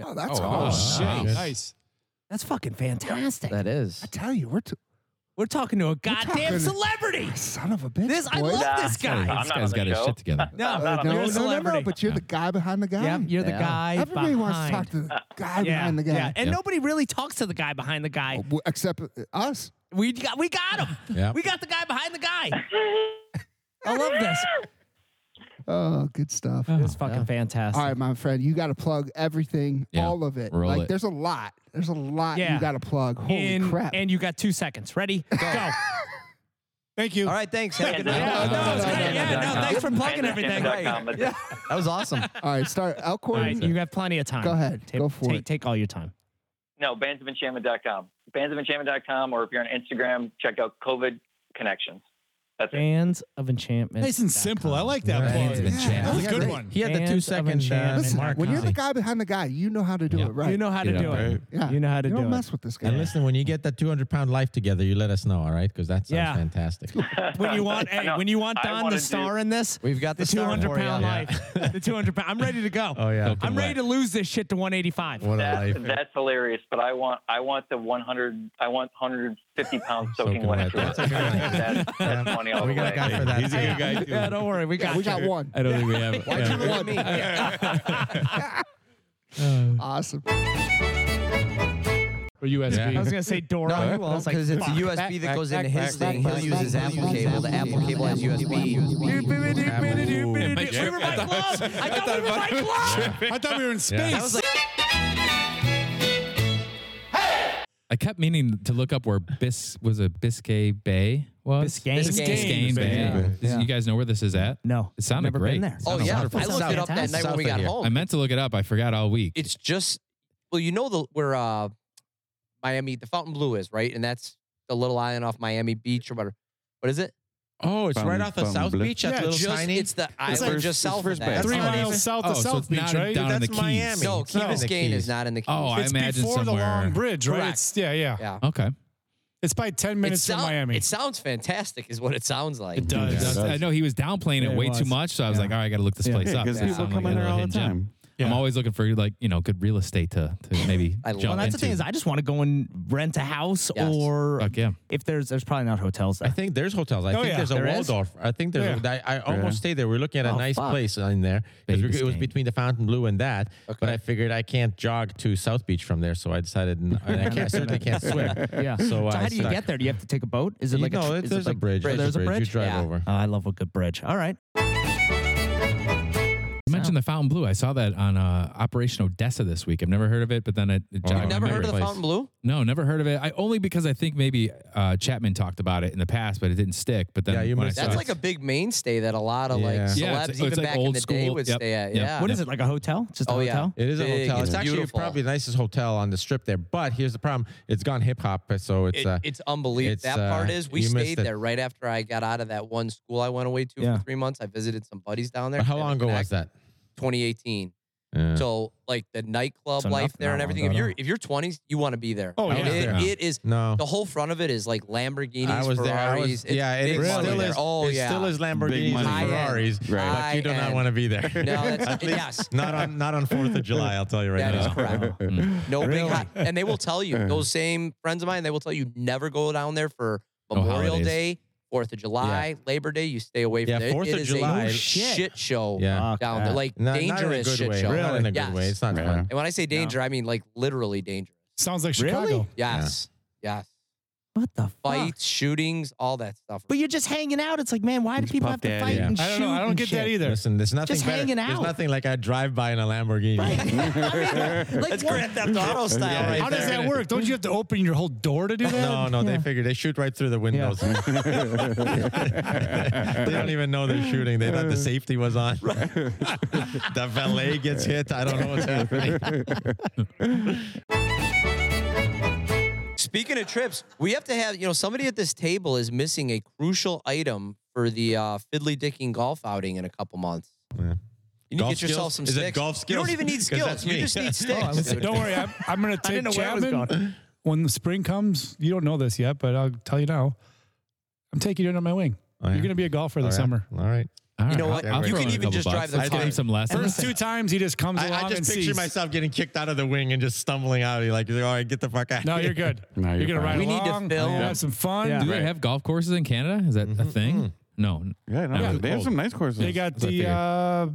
[SPEAKER 1] Oh, that's
[SPEAKER 6] Oh,
[SPEAKER 1] cool.
[SPEAKER 6] wow.
[SPEAKER 3] Shit,
[SPEAKER 6] Nice.
[SPEAKER 3] nice.
[SPEAKER 4] That's fucking fantastic.
[SPEAKER 5] That is.
[SPEAKER 1] I tell you, we're t-
[SPEAKER 4] We're talking to a goddamn
[SPEAKER 1] talking-
[SPEAKER 4] celebrity.
[SPEAKER 1] son of a bitch.
[SPEAKER 4] This I
[SPEAKER 1] boy.
[SPEAKER 4] love
[SPEAKER 11] Nah.
[SPEAKER 4] this
[SPEAKER 9] This
[SPEAKER 4] guy.
[SPEAKER 11] I'm not on
[SPEAKER 9] guy's
[SPEAKER 11] the
[SPEAKER 9] got his
[SPEAKER 11] show.
[SPEAKER 9] shit together.
[SPEAKER 4] No,
[SPEAKER 1] Uh,
[SPEAKER 4] you're
[SPEAKER 1] no,
[SPEAKER 4] a
[SPEAKER 1] no, no, no,
[SPEAKER 4] celebrity.
[SPEAKER 1] but you're the guy behind the guy.
[SPEAKER 4] Yeah, you're the
[SPEAKER 5] Yeah.
[SPEAKER 4] guy
[SPEAKER 1] Everybody
[SPEAKER 4] behind.
[SPEAKER 1] wants to talk to the guy behind the guy.
[SPEAKER 4] Yeah, and
[SPEAKER 9] Yep.
[SPEAKER 4] nobody really talks to the guy behind the guy.
[SPEAKER 1] W- Except uh, us.
[SPEAKER 4] We got we got him.
[SPEAKER 6] Yeah.
[SPEAKER 4] We got the guy behind the guy. I love this.
[SPEAKER 1] Oh, good stuff.
[SPEAKER 4] This is fucking fantastic.
[SPEAKER 1] All right, my friend, you got to plug everything,
[SPEAKER 9] Yeah.
[SPEAKER 1] all of it.
[SPEAKER 9] Roll
[SPEAKER 1] like,
[SPEAKER 9] it.
[SPEAKER 1] there's a lot. There's a lot
[SPEAKER 4] Yeah.
[SPEAKER 1] you got to plug. Holy
[SPEAKER 4] and,
[SPEAKER 1] crap!
[SPEAKER 4] and you got two seconds. Ready? Go.
[SPEAKER 3] Thank you.
[SPEAKER 5] All right, thanks. Have a good night.
[SPEAKER 4] Yeah, no, it's great. Yeah, no, thanks for plugging everything.
[SPEAKER 11] Amazon.com.
[SPEAKER 5] Yeah. That was awesome.
[SPEAKER 1] all right, start
[SPEAKER 4] All right,
[SPEAKER 1] Alcorn.
[SPEAKER 4] you have plenty of time.
[SPEAKER 1] Go ahead.
[SPEAKER 4] Take,
[SPEAKER 1] Go for
[SPEAKER 4] take,
[SPEAKER 1] it.
[SPEAKER 4] Take all your time.
[SPEAKER 11] No, bandsofinenchantment.com. Bandsofinenchantment.com, or if you're on Instagram, check out COVID Connections. That's it.
[SPEAKER 4] Bands of Enchantment.
[SPEAKER 3] Nice and simple. I like that
[SPEAKER 9] Right.
[SPEAKER 3] plug.
[SPEAKER 9] It's been
[SPEAKER 1] Yeah.
[SPEAKER 3] That
[SPEAKER 9] jammed.
[SPEAKER 3] was a good
[SPEAKER 1] Great.
[SPEAKER 3] one.
[SPEAKER 6] He had the
[SPEAKER 4] Hands
[SPEAKER 6] two
[SPEAKER 4] of
[SPEAKER 6] second uh,
[SPEAKER 4] enchantment.
[SPEAKER 1] Listen,
[SPEAKER 6] mark.
[SPEAKER 1] when you're the
[SPEAKER 6] on.
[SPEAKER 1] guy behind the guy, you know how to do
[SPEAKER 9] Yeah.
[SPEAKER 1] it right.
[SPEAKER 4] You know how to
[SPEAKER 9] Get
[SPEAKER 4] do
[SPEAKER 9] up
[SPEAKER 4] it.
[SPEAKER 15] Right.
[SPEAKER 1] yeah.
[SPEAKER 4] You know how to
[SPEAKER 1] You
[SPEAKER 4] do
[SPEAKER 1] don't
[SPEAKER 4] it.
[SPEAKER 1] mess with this guy.
[SPEAKER 6] And listen, when you get that 200 pound life together, you let us know, all right? Because that sounds
[SPEAKER 4] Yeah.
[SPEAKER 6] fantastic.
[SPEAKER 4] When you want, hey,
[SPEAKER 11] No,
[SPEAKER 4] when you want
[SPEAKER 11] I
[SPEAKER 4] Don
[SPEAKER 11] wanna
[SPEAKER 4] the
[SPEAKER 11] do-
[SPEAKER 4] star in this,
[SPEAKER 5] We've got
[SPEAKER 4] the
[SPEAKER 5] the star
[SPEAKER 4] 200
[SPEAKER 5] for ya.
[SPEAKER 4] pound
[SPEAKER 6] Yeah.
[SPEAKER 4] life, the 200 pound. I'm ready to go.
[SPEAKER 6] Oh, yeah.
[SPEAKER 4] I'm ready to lose this shit to 185.
[SPEAKER 6] What a
[SPEAKER 11] That's,
[SPEAKER 6] life.
[SPEAKER 11] that's hilarious, but I want I want the 100 I want 150 pounds soaking,
[SPEAKER 6] Soaking
[SPEAKER 11] wet.
[SPEAKER 6] wet. That's a good one.
[SPEAKER 11] That's, that's funny all
[SPEAKER 6] we
[SPEAKER 11] the
[SPEAKER 6] got
[SPEAKER 11] way.
[SPEAKER 6] a guy for that.
[SPEAKER 15] He's a good guy, too.
[SPEAKER 4] Yeah, don't worry, we got
[SPEAKER 1] we got
[SPEAKER 4] you.
[SPEAKER 1] one.
[SPEAKER 9] I don't think we have it.
[SPEAKER 5] Why'd you look at me?
[SPEAKER 1] Awesome.
[SPEAKER 9] Or USB.
[SPEAKER 4] I was gonna say Dora.
[SPEAKER 5] No,
[SPEAKER 9] you
[SPEAKER 4] I was like,
[SPEAKER 5] because it's a
[SPEAKER 4] fuck.
[SPEAKER 5] USB that goes into his thing. He'll use his Apple cable. The Apple cable has
[SPEAKER 4] We
[SPEAKER 5] USB.
[SPEAKER 4] were by
[SPEAKER 9] Ooh.
[SPEAKER 4] glove. I thought we were by glove.
[SPEAKER 3] I thought we were in space.
[SPEAKER 9] I kept meaning to look up where Bis was a Biscay Bay was.
[SPEAKER 4] Biscayne? Biscayne
[SPEAKER 9] Biscayne Bay.
[SPEAKER 15] Bay.
[SPEAKER 9] Does- You guys know where this is at?
[SPEAKER 4] No,
[SPEAKER 9] It sounded
[SPEAKER 4] never
[SPEAKER 9] great.
[SPEAKER 4] been there.
[SPEAKER 9] It
[SPEAKER 5] Oh
[SPEAKER 9] sounded
[SPEAKER 5] yeah,
[SPEAKER 9] wonderful.
[SPEAKER 5] I looked it up that night when we got
[SPEAKER 9] I
[SPEAKER 5] home.
[SPEAKER 9] meant to look it up. I forgot all week.
[SPEAKER 5] It's just well, you know the where uh, Miami, the Fountain Blue is right, and that's the little island off Miami Beach or whatever. What is it?
[SPEAKER 6] Oh, it's
[SPEAKER 15] Bum,
[SPEAKER 6] right off of
[SPEAKER 15] bum,
[SPEAKER 6] South
[SPEAKER 15] blip.
[SPEAKER 6] Beach, that little
[SPEAKER 5] just,
[SPEAKER 6] tiny.
[SPEAKER 5] It's the
[SPEAKER 6] It's
[SPEAKER 5] island
[SPEAKER 6] like-
[SPEAKER 5] just
[SPEAKER 6] it's
[SPEAKER 5] south of
[SPEAKER 6] first
[SPEAKER 5] that.
[SPEAKER 6] base.
[SPEAKER 3] Three
[SPEAKER 6] not
[SPEAKER 3] miles
[SPEAKER 6] even-
[SPEAKER 3] south
[SPEAKER 6] oh,
[SPEAKER 3] of
[SPEAKER 6] so
[SPEAKER 3] South
[SPEAKER 6] it's not
[SPEAKER 3] Beach,
[SPEAKER 6] in-
[SPEAKER 3] right?
[SPEAKER 6] down in
[SPEAKER 3] That's
[SPEAKER 6] the Keys.
[SPEAKER 3] Miami.
[SPEAKER 5] No, Key
[SPEAKER 6] It's not in the
[SPEAKER 5] Biscayne
[SPEAKER 6] Keys.
[SPEAKER 5] is not in the Keys.
[SPEAKER 7] Oh, I
[SPEAKER 3] it's
[SPEAKER 7] imagine
[SPEAKER 3] before the
[SPEAKER 7] somewhere-
[SPEAKER 3] Long Bridge, right? It's, yeah, yeah,
[SPEAKER 5] Yeah.
[SPEAKER 7] Okay.
[SPEAKER 3] It's probably ten
[SPEAKER 5] It,
[SPEAKER 3] minutes
[SPEAKER 5] sound-
[SPEAKER 3] from Miami.
[SPEAKER 5] it sounds fantastic, is what it sounds like.
[SPEAKER 7] It does.
[SPEAKER 9] Yeah,
[SPEAKER 15] does.
[SPEAKER 9] I know he was downplaying
[SPEAKER 3] Yeah,
[SPEAKER 9] it
[SPEAKER 3] it
[SPEAKER 9] way too
[SPEAKER 3] was.
[SPEAKER 9] much, so I was
[SPEAKER 3] Yeah.
[SPEAKER 9] like, all right, I got to look this
[SPEAKER 15] Yeah,
[SPEAKER 9] place up.
[SPEAKER 15] because
[SPEAKER 9] That
[SPEAKER 15] people
[SPEAKER 9] sounds
[SPEAKER 15] come
[SPEAKER 9] like
[SPEAKER 15] in
[SPEAKER 9] a
[SPEAKER 15] there all the
[SPEAKER 9] hidden gem.
[SPEAKER 15] time.
[SPEAKER 9] I'm
[SPEAKER 3] Yeah.
[SPEAKER 9] always looking for like you know good real estate to to maybe
[SPEAKER 5] I love
[SPEAKER 9] jump
[SPEAKER 4] Well, that's the thing
[SPEAKER 9] into.
[SPEAKER 4] is, I just want to go and rent a house
[SPEAKER 5] Yes.
[SPEAKER 4] or
[SPEAKER 9] Fuck yeah.
[SPEAKER 4] if there's there's probably not hotels
[SPEAKER 6] I
[SPEAKER 4] there.
[SPEAKER 6] think there's hotels. I
[SPEAKER 3] Oh,
[SPEAKER 6] think
[SPEAKER 3] yeah.
[SPEAKER 6] there's a
[SPEAKER 4] There is?
[SPEAKER 6] Waldorf. I think there's. I, I almost stayed there. We are looking at a
[SPEAKER 4] Oh,
[SPEAKER 6] nice
[SPEAKER 4] fuck.
[SPEAKER 6] place in there 'cause we-
[SPEAKER 9] Baby
[SPEAKER 6] it was
[SPEAKER 9] Spain.
[SPEAKER 6] between the Fountain Blue and that. But
[SPEAKER 5] Okay.
[SPEAKER 6] I figured I can't jog to South Beach from there, so I decided, n- and I, can't, I certainly can't swim.
[SPEAKER 4] yeah.
[SPEAKER 6] So,
[SPEAKER 4] So,
[SPEAKER 6] uh,
[SPEAKER 4] how do you
[SPEAKER 6] stuck.
[SPEAKER 4] get there? Do you have to take a boat? Is it like
[SPEAKER 6] no,
[SPEAKER 4] a,
[SPEAKER 6] it-
[SPEAKER 4] is it
[SPEAKER 6] there's a
[SPEAKER 4] like-
[SPEAKER 6] bridge.
[SPEAKER 4] There's a
[SPEAKER 6] You
[SPEAKER 4] bridge.
[SPEAKER 6] drive
[SPEAKER 5] Yeah.
[SPEAKER 6] over.
[SPEAKER 4] Oh, I love a good bridge. All right.
[SPEAKER 9] You mentioned the Fountain Blue. I saw that on uh, Operation Odessa this week. I've never heard of it, but then it, it jogged
[SPEAKER 5] Oh, You've
[SPEAKER 9] my
[SPEAKER 5] never heard
[SPEAKER 9] memory.
[SPEAKER 5] of the Fountain Blue?
[SPEAKER 9] No, never heard of it. I only because I think maybe uh, Chapman talked about it in the past, but it didn't stick. But then
[SPEAKER 6] Yeah, you
[SPEAKER 9] when I
[SPEAKER 6] missed
[SPEAKER 9] saw
[SPEAKER 6] it.
[SPEAKER 5] That's
[SPEAKER 9] it-
[SPEAKER 5] like a big mainstay that a lot of like
[SPEAKER 6] Yeah.
[SPEAKER 5] celebs,
[SPEAKER 9] Yeah, it's- it's
[SPEAKER 5] even
[SPEAKER 9] like
[SPEAKER 5] back in
[SPEAKER 9] old
[SPEAKER 5] the day,
[SPEAKER 9] school.
[SPEAKER 5] would
[SPEAKER 9] Yep.
[SPEAKER 5] stay at.
[SPEAKER 9] Yep.
[SPEAKER 5] Yeah.
[SPEAKER 4] What is it like a hotel? Just a
[SPEAKER 5] Oh, yeah.
[SPEAKER 4] hotel?
[SPEAKER 6] It is a
[SPEAKER 5] Big,
[SPEAKER 6] hotel. It's,
[SPEAKER 5] it's
[SPEAKER 6] actually
[SPEAKER 5] beautiful.
[SPEAKER 6] probably the nicest hotel on the strip there. But here's the problem: it's gone hip hop, so it's
[SPEAKER 5] It-
[SPEAKER 6] uh,
[SPEAKER 5] it's unbelievable.
[SPEAKER 6] it's,
[SPEAKER 5] that
[SPEAKER 6] uh,
[SPEAKER 5] part is we
[SPEAKER 6] you missed
[SPEAKER 5] stayed
[SPEAKER 6] it.
[SPEAKER 5] there right after I got out of that one school I went away to
[SPEAKER 4] Yeah.
[SPEAKER 5] for three months. I visited some buddies down there.
[SPEAKER 6] but how long ago was that?
[SPEAKER 5] 2018.
[SPEAKER 6] Yeah.
[SPEAKER 5] So like the nightclub
[SPEAKER 4] So
[SPEAKER 5] life
[SPEAKER 4] not-
[SPEAKER 5] there
[SPEAKER 4] not
[SPEAKER 5] and
[SPEAKER 4] long
[SPEAKER 5] everything. If
[SPEAKER 4] ago at
[SPEAKER 5] you're
[SPEAKER 4] all.
[SPEAKER 5] if you're 20s, you want to be there.
[SPEAKER 3] Oh,
[SPEAKER 5] I mean,
[SPEAKER 3] yeah.
[SPEAKER 5] it-
[SPEAKER 6] Yeah.
[SPEAKER 5] it is.
[SPEAKER 6] no,
[SPEAKER 5] The whole front of it is like Lamborghinis,
[SPEAKER 6] I was there. I
[SPEAKER 5] Ferraris.
[SPEAKER 6] was, yeah, and
[SPEAKER 5] big
[SPEAKER 6] it
[SPEAKER 5] money
[SPEAKER 6] still
[SPEAKER 5] there.
[SPEAKER 6] is.
[SPEAKER 5] Oh
[SPEAKER 6] it
[SPEAKER 5] yeah.
[SPEAKER 6] still is
[SPEAKER 15] Big
[SPEAKER 6] Lamborghinis and
[SPEAKER 15] money.
[SPEAKER 5] High-end.
[SPEAKER 6] Ferraris, but you do not
[SPEAKER 5] High-end.
[SPEAKER 6] want to be there.
[SPEAKER 5] No, that's-
[SPEAKER 6] At least
[SPEAKER 5] yes.
[SPEAKER 6] not on not on Fourth of July. I'll tell you right
[SPEAKER 5] That is
[SPEAKER 9] Uh,
[SPEAKER 6] now.
[SPEAKER 5] correct. No big
[SPEAKER 4] Really?
[SPEAKER 5] hot, and they will tell you those same friends of mine. They will tell you never go down there for
[SPEAKER 9] No
[SPEAKER 5] Memorial
[SPEAKER 9] holidays.
[SPEAKER 5] Day, Fourth of July, Labor Day. You stay away from
[SPEAKER 6] Yeah,
[SPEAKER 5] it.
[SPEAKER 6] 4th
[SPEAKER 5] It
[SPEAKER 6] of
[SPEAKER 5] is
[SPEAKER 6] July.
[SPEAKER 5] a
[SPEAKER 6] No
[SPEAKER 4] shit.
[SPEAKER 5] shit show
[SPEAKER 6] Yeah.
[SPEAKER 4] Fuck
[SPEAKER 5] down there,
[SPEAKER 4] that.
[SPEAKER 5] like
[SPEAKER 6] Not, not in a
[SPEAKER 5] dangerous
[SPEAKER 6] good
[SPEAKER 5] shit
[SPEAKER 6] way.
[SPEAKER 5] show.
[SPEAKER 6] Not in a good
[SPEAKER 5] Yes.
[SPEAKER 6] way. It's not
[SPEAKER 15] Yeah.
[SPEAKER 6] fun.
[SPEAKER 5] And when I say
[SPEAKER 4] No.
[SPEAKER 5] danger, I mean like literally dangerous.
[SPEAKER 3] Sounds like
[SPEAKER 4] Really?
[SPEAKER 3] Chicago.
[SPEAKER 5] Yes, yes,
[SPEAKER 4] What the
[SPEAKER 5] fights,
[SPEAKER 4] fuck?
[SPEAKER 5] shootings, all that stuff.
[SPEAKER 4] But you're just hanging out. It's like, man, why do
[SPEAKER 15] It's
[SPEAKER 4] people have
[SPEAKER 15] Puff
[SPEAKER 4] to
[SPEAKER 15] Daddy.
[SPEAKER 4] fight
[SPEAKER 6] Yeah.
[SPEAKER 4] and
[SPEAKER 3] I don't
[SPEAKER 4] shoot
[SPEAKER 3] know. I don't
[SPEAKER 4] and
[SPEAKER 3] get
[SPEAKER 4] shit?
[SPEAKER 3] that either.
[SPEAKER 6] Listen, there's nothing
[SPEAKER 4] Just
[SPEAKER 6] better.
[SPEAKER 4] hanging
[SPEAKER 6] There's
[SPEAKER 4] out.
[SPEAKER 6] nothing like I drive by in a Lamborghini.
[SPEAKER 4] Right. like,
[SPEAKER 5] That's
[SPEAKER 4] what-
[SPEAKER 5] Grand Theft Auto style.
[SPEAKER 6] Yeah.
[SPEAKER 5] right
[SPEAKER 3] How does
[SPEAKER 5] there.
[SPEAKER 3] that work? Don't you have to open your whole door to do that?
[SPEAKER 6] No, no, they
[SPEAKER 4] Yeah.
[SPEAKER 6] figure they shoot right through the windows. they don't even know they're shooting. They thought the safety was on. the valet gets hit. I don't know what's happening.
[SPEAKER 5] Speaking of trips, we have to have, you know, somebody at this table is missing a crucial item for the uh, fiddly dicking golf outing in a couple months.
[SPEAKER 6] Yeah.
[SPEAKER 5] You need
[SPEAKER 6] Golf
[SPEAKER 5] to get
[SPEAKER 6] skills?
[SPEAKER 5] yourself some
[SPEAKER 6] Is it
[SPEAKER 5] sticks.
[SPEAKER 6] golf
[SPEAKER 5] You
[SPEAKER 6] skills?
[SPEAKER 5] don't even need
[SPEAKER 6] 'Cause
[SPEAKER 5] skills.
[SPEAKER 6] that's
[SPEAKER 5] You
[SPEAKER 6] me.
[SPEAKER 5] just need sticks. dude.
[SPEAKER 3] Don't worry, I'm, I'm going to take
[SPEAKER 4] know where I was
[SPEAKER 3] Chapman when the spring comes. You don't know this yet, but I'll tell you now. I'm taking you under my wing.
[SPEAKER 6] Oh, yeah.
[SPEAKER 3] You're going to be a golfer
[SPEAKER 6] All
[SPEAKER 3] this
[SPEAKER 6] right.
[SPEAKER 3] summer.
[SPEAKER 6] All right.
[SPEAKER 9] All
[SPEAKER 5] You know
[SPEAKER 9] right,
[SPEAKER 5] what?
[SPEAKER 9] I'll- I'll
[SPEAKER 5] You
[SPEAKER 9] throw
[SPEAKER 5] can
[SPEAKER 9] in a
[SPEAKER 5] even
[SPEAKER 9] couple
[SPEAKER 5] just drive
[SPEAKER 9] bucks.
[SPEAKER 5] the
[SPEAKER 9] I
[SPEAKER 5] car.
[SPEAKER 9] think some lessons.
[SPEAKER 3] First two times, he just comes
[SPEAKER 6] I,
[SPEAKER 3] along
[SPEAKER 6] I
[SPEAKER 3] and
[SPEAKER 6] just picture
[SPEAKER 3] sees.
[SPEAKER 6] myself getting kicked out of the wing and just stumbling out. You're like, all right, get the fuck out.
[SPEAKER 3] No,
[SPEAKER 6] here."
[SPEAKER 3] you're good.
[SPEAKER 15] No,
[SPEAKER 3] you're
[SPEAKER 15] you're
[SPEAKER 3] going to
[SPEAKER 15] fine.
[SPEAKER 3] ride
[SPEAKER 5] We need to
[SPEAKER 3] along, Oh,
[SPEAKER 5] film.
[SPEAKER 3] have some fun.
[SPEAKER 4] Yeah.
[SPEAKER 9] Do they have golf courses in Canada? Is that
[SPEAKER 5] Mm-hmm.
[SPEAKER 9] a thing? No.
[SPEAKER 15] Yeah, no,
[SPEAKER 9] Yeah.
[SPEAKER 15] they have some nice courses.
[SPEAKER 3] They got
[SPEAKER 9] That's what I
[SPEAKER 3] the
[SPEAKER 9] figured.
[SPEAKER 3] uh,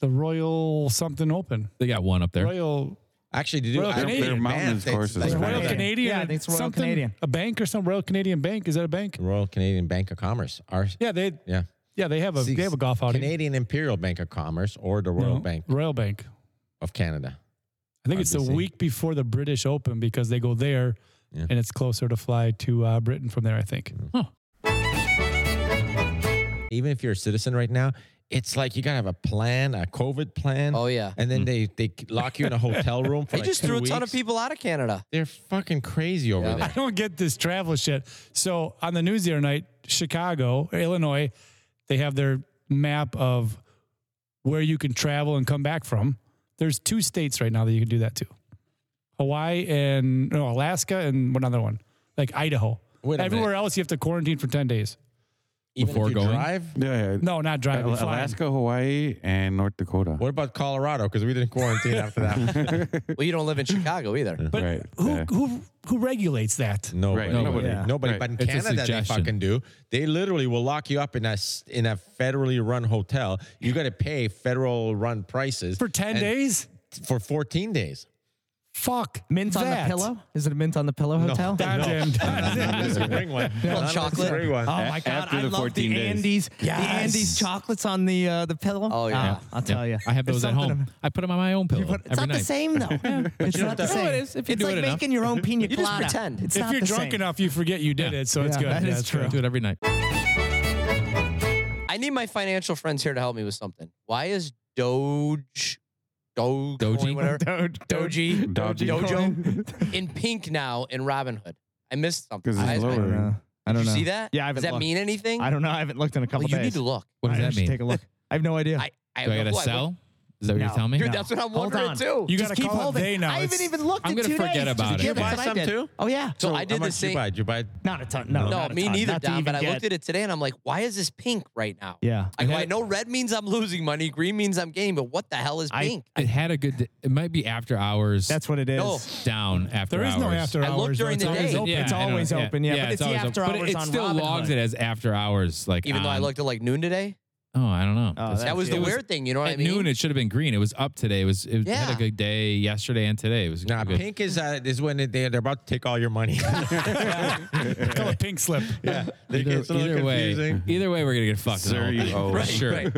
[SPEAKER 3] the Royal something open.
[SPEAKER 9] They got one up there.
[SPEAKER 3] Royal
[SPEAKER 6] Actually, to do
[SPEAKER 3] Royal
[SPEAKER 6] I don't- man,
[SPEAKER 3] Canadian.
[SPEAKER 15] Mountains
[SPEAKER 6] thanks.
[SPEAKER 15] courses.
[SPEAKER 6] Like,
[SPEAKER 3] It's
[SPEAKER 15] Bank.
[SPEAKER 3] Royal
[SPEAKER 15] Yeah.
[SPEAKER 3] Canadian.
[SPEAKER 4] Yeah, I think it's Royal
[SPEAKER 3] something-
[SPEAKER 4] Canadian.
[SPEAKER 3] A bank or some Royal Canadian bank. Is that a bank?
[SPEAKER 6] Royal Canadian Bank of Commerce. Our,
[SPEAKER 3] Yeah, they
[SPEAKER 6] yeah.
[SPEAKER 3] yeah they have a
[SPEAKER 6] See,
[SPEAKER 3] they have a golf outing.
[SPEAKER 6] Canadian Imperial Bank of Commerce or the
[SPEAKER 3] No,
[SPEAKER 6] Royal Bank
[SPEAKER 3] Royal Bank.
[SPEAKER 6] of Canada.
[SPEAKER 3] I think it's the
[SPEAKER 6] RBC.
[SPEAKER 3] week before the British Open because they go there,
[SPEAKER 6] Yeah.
[SPEAKER 3] and it's closer to fly to uh, Britain from there. I think.
[SPEAKER 6] Even if you're a citizen right now, it's like you gotta have a plan, a COVID plan.
[SPEAKER 5] Oh, yeah.
[SPEAKER 6] And then they they lock you in a hotel room for
[SPEAKER 5] They
[SPEAKER 6] like
[SPEAKER 5] just
[SPEAKER 6] two
[SPEAKER 5] threw a ton of
[SPEAKER 6] weeks.
[SPEAKER 5] people out of Canada.
[SPEAKER 6] They're fucking crazy over
[SPEAKER 5] Yeah.
[SPEAKER 3] I
[SPEAKER 6] there.
[SPEAKER 3] don't get this travel shit. So on the news the other night, Chicago, or Illinois, they have their map of where you can travel and come back from. There's two states right now that you can do that to. Hawaii and no, Alaska and one other one, like Idaho.
[SPEAKER 6] Wait a
[SPEAKER 3] Everywhere else, you have to quarantine for ten days.
[SPEAKER 6] Even if
[SPEAKER 9] Before
[SPEAKER 6] you
[SPEAKER 9] going?
[SPEAKER 6] drive.
[SPEAKER 15] Yeah, yeah.
[SPEAKER 3] No, not driving.
[SPEAKER 15] Al-
[SPEAKER 3] flying.
[SPEAKER 15] Alaska, Hawaii, and North Dakota.
[SPEAKER 6] What about Colorado? Because we didn't quarantine after that.
[SPEAKER 5] Well, you don't live in Chicago either.
[SPEAKER 3] But
[SPEAKER 15] Right,
[SPEAKER 3] who
[SPEAKER 15] yeah.
[SPEAKER 3] who who regulates that?
[SPEAKER 6] Nobody,
[SPEAKER 15] Right,
[SPEAKER 6] nobody,
[SPEAKER 15] nobody.
[SPEAKER 4] Yeah.
[SPEAKER 6] nobody.
[SPEAKER 15] Right.
[SPEAKER 6] But in
[SPEAKER 9] It's a
[SPEAKER 6] Canada, they
[SPEAKER 9] suggestion.
[SPEAKER 6] fucking do. They literally will lock you up in a s- in a federally run hotel. You got to pay federal run prices
[SPEAKER 3] For ten
[SPEAKER 6] and-
[SPEAKER 3] days?
[SPEAKER 6] For fourteen days.
[SPEAKER 3] Fuck.
[SPEAKER 4] Mint on the
[SPEAKER 3] that.
[SPEAKER 4] pillow? Is it a mint on the pillow hotel?
[SPEAKER 3] Goddamn.
[SPEAKER 6] Unless you bring one. Unless you
[SPEAKER 5] chocolate.
[SPEAKER 6] bring one.
[SPEAKER 4] Oh my
[SPEAKER 15] A-
[SPEAKER 4] god,
[SPEAKER 15] after
[SPEAKER 4] I
[SPEAKER 15] the
[SPEAKER 4] love
[SPEAKER 15] 14
[SPEAKER 4] the
[SPEAKER 15] days.
[SPEAKER 4] Andes. The Andes chocolates on the uh, the pillow.
[SPEAKER 5] Oh, yeah.
[SPEAKER 4] I'll tell you.
[SPEAKER 9] I have those at home. I put them on my own pillow.
[SPEAKER 4] But it's
[SPEAKER 9] every
[SPEAKER 4] not
[SPEAKER 9] night.
[SPEAKER 4] the same though. it's not the
[SPEAKER 9] have to-
[SPEAKER 4] same.
[SPEAKER 9] No, it is. If you
[SPEAKER 4] it's
[SPEAKER 9] do
[SPEAKER 4] like
[SPEAKER 9] it enough.
[SPEAKER 4] making your own pina
[SPEAKER 5] just
[SPEAKER 4] colada.
[SPEAKER 5] pretend.
[SPEAKER 4] It's
[SPEAKER 3] if
[SPEAKER 4] not
[SPEAKER 3] you're
[SPEAKER 4] the
[SPEAKER 3] drunk
[SPEAKER 4] same.
[SPEAKER 3] enough, you forget you did it, so it's
[SPEAKER 4] Yeah,
[SPEAKER 3] good.
[SPEAKER 4] that is
[SPEAKER 3] That's right.
[SPEAKER 9] I do it every night.
[SPEAKER 5] I need my financial friends here to help me with something. Why is Doge, Doge,
[SPEAKER 9] Doji?
[SPEAKER 5] whatever,
[SPEAKER 4] Doge.
[SPEAKER 5] Doji,
[SPEAKER 15] Doji.
[SPEAKER 5] Dojo in pink now in Robinhood? I missed something.
[SPEAKER 15] Because it's
[SPEAKER 5] Why is my-
[SPEAKER 15] lower.
[SPEAKER 5] I don't
[SPEAKER 1] you
[SPEAKER 5] know.
[SPEAKER 1] see that?
[SPEAKER 5] Yeah, I
[SPEAKER 1] Does
[SPEAKER 5] haven't
[SPEAKER 1] that
[SPEAKER 5] looked.
[SPEAKER 1] mean anything?
[SPEAKER 5] I don't know. I haven't looked in a couple
[SPEAKER 1] you need
[SPEAKER 5] days.
[SPEAKER 1] to look.
[SPEAKER 5] What
[SPEAKER 1] does that mean?
[SPEAKER 5] Take a look. I have no idea. I,
[SPEAKER 1] I Do I have gotta no clue. I sell? would-
[SPEAKER 4] Is that what you're telling me?
[SPEAKER 1] Dude, that's what I'm wondering too.
[SPEAKER 3] You
[SPEAKER 5] Just
[SPEAKER 3] gotta
[SPEAKER 5] keep
[SPEAKER 3] call
[SPEAKER 5] holding.
[SPEAKER 3] it they now.
[SPEAKER 5] I haven't
[SPEAKER 3] It's-
[SPEAKER 5] even looked.
[SPEAKER 4] I'm
[SPEAKER 5] in
[SPEAKER 4] gonna
[SPEAKER 5] two
[SPEAKER 4] forget
[SPEAKER 5] days. Just
[SPEAKER 4] about it.
[SPEAKER 5] a
[SPEAKER 4] You
[SPEAKER 5] kid,
[SPEAKER 4] buy
[SPEAKER 5] that's what
[SPEAKER 6] some
[SPEAKER 5] did.
[SPEAKER 6] too?
[SPEAKER 5] Oh yeah.
[SPEAKER 6] So
[SPEAKER 1] I did
[SPEAKER 6] how
[SPEAKER 1] the
[SPEAKER 6] much
[SPEAKER 1] same-
[SPEAKER 6] You buy? Did you buy?
[SPEAKER 5] Not a ton. No,
[SPEAKER 1] No,
[SPEAKER 5] not a
[SPEAKER 1] me
[SPEAKER 5] ton.
[SPEAKER 1] neither,
[SPEAKER 5] Not to
[SPEAKER 1] Don.
[SPEAKER 5] even
[SPEAKER 1] But I
[SPEAKER 5] get-
[SPEAKER 1] looked at it today and I'm like, why is this pink right now?
[SPEAKER 5] Yeah.
[SPEAKER 1] I, I know red means I'm losing money, green means I'm gaining, but what the hell is pink?
[SPEAKER 4] it had a good. It might be after hours.
[SPEAKER 5] That's what it is.
[SPEAKER 1] No.
[SPEAKER 4] Down after.
[SPEAKER 3] There is no
[SPEAKER 4] hours.
[SPEAKER 3] after
[SPEAKER 1] I
[SPEAKER 3] hours.
[SPEAKER 1] looked during
[SPEAKER 3] though.
[SPEAKER 1] the
[SPEAKER 3] It's
[SPEAKER 1] day.
[SPEAKER 3] always open.
[SPEAKER 4] Yeah,
[SPEAKER 5] It's always open, yeah, but it's
[SPEAKER 4] I know.
[SPEAKER 5] the
[SPEAKER 4] always
[SPEAKER 5] after
[SPEAKER 4] open.
[SPEAKER 5] hours
[SPEAKER 4] But it, it
[SPEAKER 5] on
[SPEAKER 4] still
[SPEAKER 5] Robinhood.
[SPEAKER 4] logs it as after hours. Like
[SPEAKER 1] Even though I
[SPEAKER 5] Um,
[SPEAKER 4] on-
[SPEAKER 1] looked at like noon today,
[SPEAKER 4] Oh, I don't know.
[SPEAKER 5] Oh,
[SPEAKER 4] That's-
[SPEAKER 1] that was the
[SPEAKER 4] it was-
[SPEAKER 1] weird thing. You know what I
[SPEAKER 4] at
[SPEAKER 1] mean?
[SPEAKER 4] noon it should have been green. It was up today. It was. It had
[SPEAKER 1] Yeah.
[SPEAKER 4] a good day yesterday and today. It was
[SPEAKER 6] Nah,
[SPEAKER 4] good.
[SPEAKER 6] pink is uh, is when they they're about to take all your money.
[SPEAKER 3] Call it pink slip.
[SPEAKER 6] yeah, they
[SPEAKER 4] Either,
[SPEAKER 6] get a little
[SPEAKER 4] either way,
[SPEAKER 6] confusing.
[SPEAKER 4] either way, we're gonna get fucked. in the
[SPEAKER 9] Sir,
[SPEAKER 4] whole
[SPEAKER 9] you
[SPEAKER 4] thing,
[SPEAKER 9] owe
[SPEAKER 4] for
[SPEAKER 9] us.
[SPEAKER 4] sure.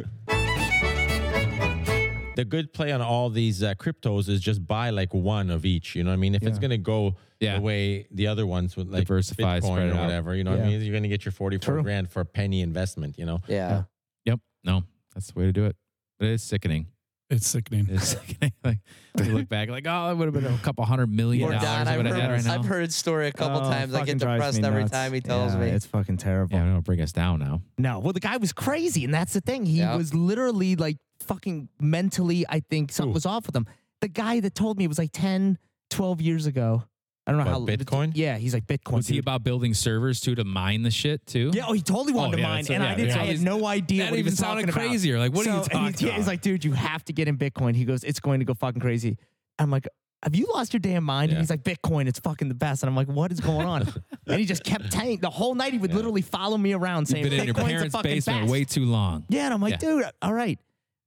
[SPEAKER 6] the good play on all these uh, cryptos is just buy like one of each. You know what I mean? If it's gonna go
[SPEAKER 4] Yeah.
[SPEAKER 6] the way the other ones would like
[SPEAKER 4] Diversify, spread
[SPEAKER 6] Bitcoin
[SPEAKER 4] it
[SPEAKER 6] or
[SPEAKER 4] out.
[SPEAKER 6] whatever, you know what I
[SPEAKER 5] Yeah.
[SPEAKER 6] mean? You're gonna get your 44
[SPEAKER 5] True.
[SPEAKER 6] grand for a penny investment. You know?
[SPEAKER 1] yeah.
[SPEAKER 4] Yep. No, that's the way to do it. But it is sickening.
[SPEAKER 3] It's sickening.
[SPEAKER 4] It is sickening. Like we look back, like oh, it would have been a couple hundred million
[SPEAKER 1] Poor
[SPEAKER 4] dollars.
[SPEAKER 1] Don,
[SPEAKER 4] I
[SPEAKER 1] I've
[SPEAKER 4] would
[SPEAKER 1] heard,
[SPEAKER 4] have had right now.
[SPEAKER 1] I've heard his story a couple
[SPEAKER 5] Oh,
[SPEAKER 1] times. I
[SPEAKER 5] fucking
[SPEAKER 1] get
[SPEAKER 5] drives
[SPEAKER 1] depressed
[SPEAKER 5] me
[SPEAKER 1] every
[SPEAKER 5] nuts.
[SPEAKER 1] time he tells
[SPEAKER 5] Yeah,
[SPEAKER 1] me.
[SPEAKER 5] It's fucking terrible.
[SPEAKER 4] Yeah, don't bring us down now.
[SPEAKER 5] No, well, the guy was crazy, and that's the thing. He
[SPEAKER 1] Yeah.
[SPEAKER 5] was literally like fucking mentally, I think something
[SPEAKER 6] Who?
[SPEAKER 5] was off with him. The guy that told me it was like 10, 12 years ago. I don't know
[SPEAKER 6] What,
[SPEAKER 5] how
[SPEAKER 6] Bitcoin?
[SPEAKER 5] Yeah, he's like Bitcoin.
[SPEAKER 4] Was he
[SPEAKER 5] dude.
[SPEAKER 4] about building servers too to mine the shit too?
[SPEAKER 5] Yeah, oh, he totally wanted
[SPEAKER 4] Oh,
[SPEAKER 5] to
[SPEAKER 4] yeah,
[SPEAKER 5] mine,
[SPEAKER 4] that's what-
[SPEAKER 5] and I
[SPEAKER 4] yeah,
[SPEAKER 5] didn't.
[SPEAKER 4] yeah.
[SPEAKER 5] I had
[SPEAKER 4] He's-
[SPEAKER 5] no idea
[SPEAKER 4] that
[SPEAKER 5] what he
[SPEAKER 4] even
[SPEAKER 5] was
[SPEAKER 4] sounded
[SPEAKER 5] talking about.
[SPEAKER 4] crazier. Like, what are you
[SPEAKER 5] So- and he's-
[SPEAKER 4] talking
[SPEAKER 5] yeah, He's
[SPEAKER 4] about?
[SPEAKER 5] like, dude, you have to get in Bitcoin. He goes, it's going to go fucking crazy. I'm like, have you lost your damn mind?
[SPEAKER 6] Yeah.
[SPEAKER 5] And he's like, Bitcoin, it's fucking the best. And I'm like, what is going on? and he just kept telling the whole night. He would literally follow me around saying,
[SPEAKER 4] You've been in your
[SPEAKER 5] Bitcoin's the
[SPEAKER 4] parents'
[SPEAKER 5] fucking
[SPEAKER 4] basement
[SPEAKER 5] best.
[SPEAKER 4] way too long.
[SPEAKER 5] Yeah, and I'm like,
[SPEAKER 4] Yeah.
[SPEAKER 5] dude, all right.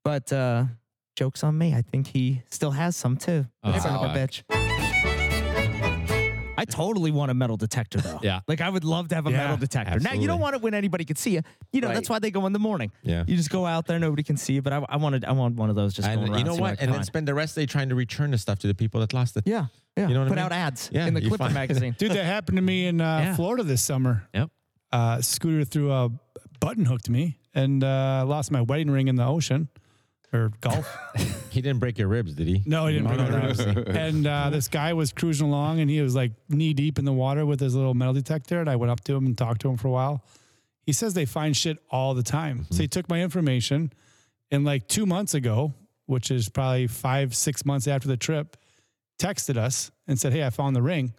[SPEAKER 5] But uh jokes on me. I think he still has some too.
[SPEAKER 4] Oh,
[SPEAKER 5] That son of a
[SPEAKER 4] fuck.
[SPEAKER 5] bitch. I totally want a metal detector though.
[SPEAKER 4] Yeah.
[SPEAKER 5] Like I would love to have a
[SPEAKER 3] Yeah,
[SPEAKER 5] metal detector. Now you don't
[SPEAKER 6] absolutely.
[SPEAKER 5] want it when anybody could see you. You know,
[SPEAKER 1] Right.
[SPEAKER 5] that's why they go in the morning.
[SPEAKER 6] Yeah.
[SPEAKER 5] You just go out there, nobody can see you. But I, I wanted I want one of those just going
[SPEAKER 6] And
[SPEAKER 5] around.
[SPEAKER 6] you know
[SPEAKER 5] see
[SPEAKER 6] what?
[SPEAKER 5] I
[SPEAKER 6] And
[SPEAKER 5] can
[SPEAKER 6] then
[SPEAKER 5] find.
[SPEAKER 6] spend the rest of the day trying to return the stuff to the people that lost it.
[SPEAKER 5] yeah. Yeah.
[SPEAKER 6] You know what I
[SPEAKER 5] Put
[SPEAKER 6] mean?
[SPEAKER 5] out ads
[SPEAKER 6] Yeah,
[SPEAKER 5] in the
[SPEAKER 6] you
[SPEAKER 5] Clipper
[SPEAKER 6] find-
[SPEAKER 5] magazine.
[SPEAKER 3] Dude, that happened to me in uh,
[SPEAKER 4] Yeah.
[SPEAKER 3] Florida this summer.
[SPEAKER 4] Yep.
[SPEAKER 3] Uh, scooter threw a button hook to me and uh, lost my wedding ring in the ocean or golf.
[SPEAKER 6] He didn't break your ribs, did he?
[SPEAKER 3] No, he didn't bring it up. And uh, this guy was cruising along, and he was like knee deep in the water with his little metal detector. And I went up to him and talked to him for a while. He says they find shit all the time. So he took my information, and like two months ago, which is probably five, six months after the trip, texted us and said, "Hey, I found the ring,"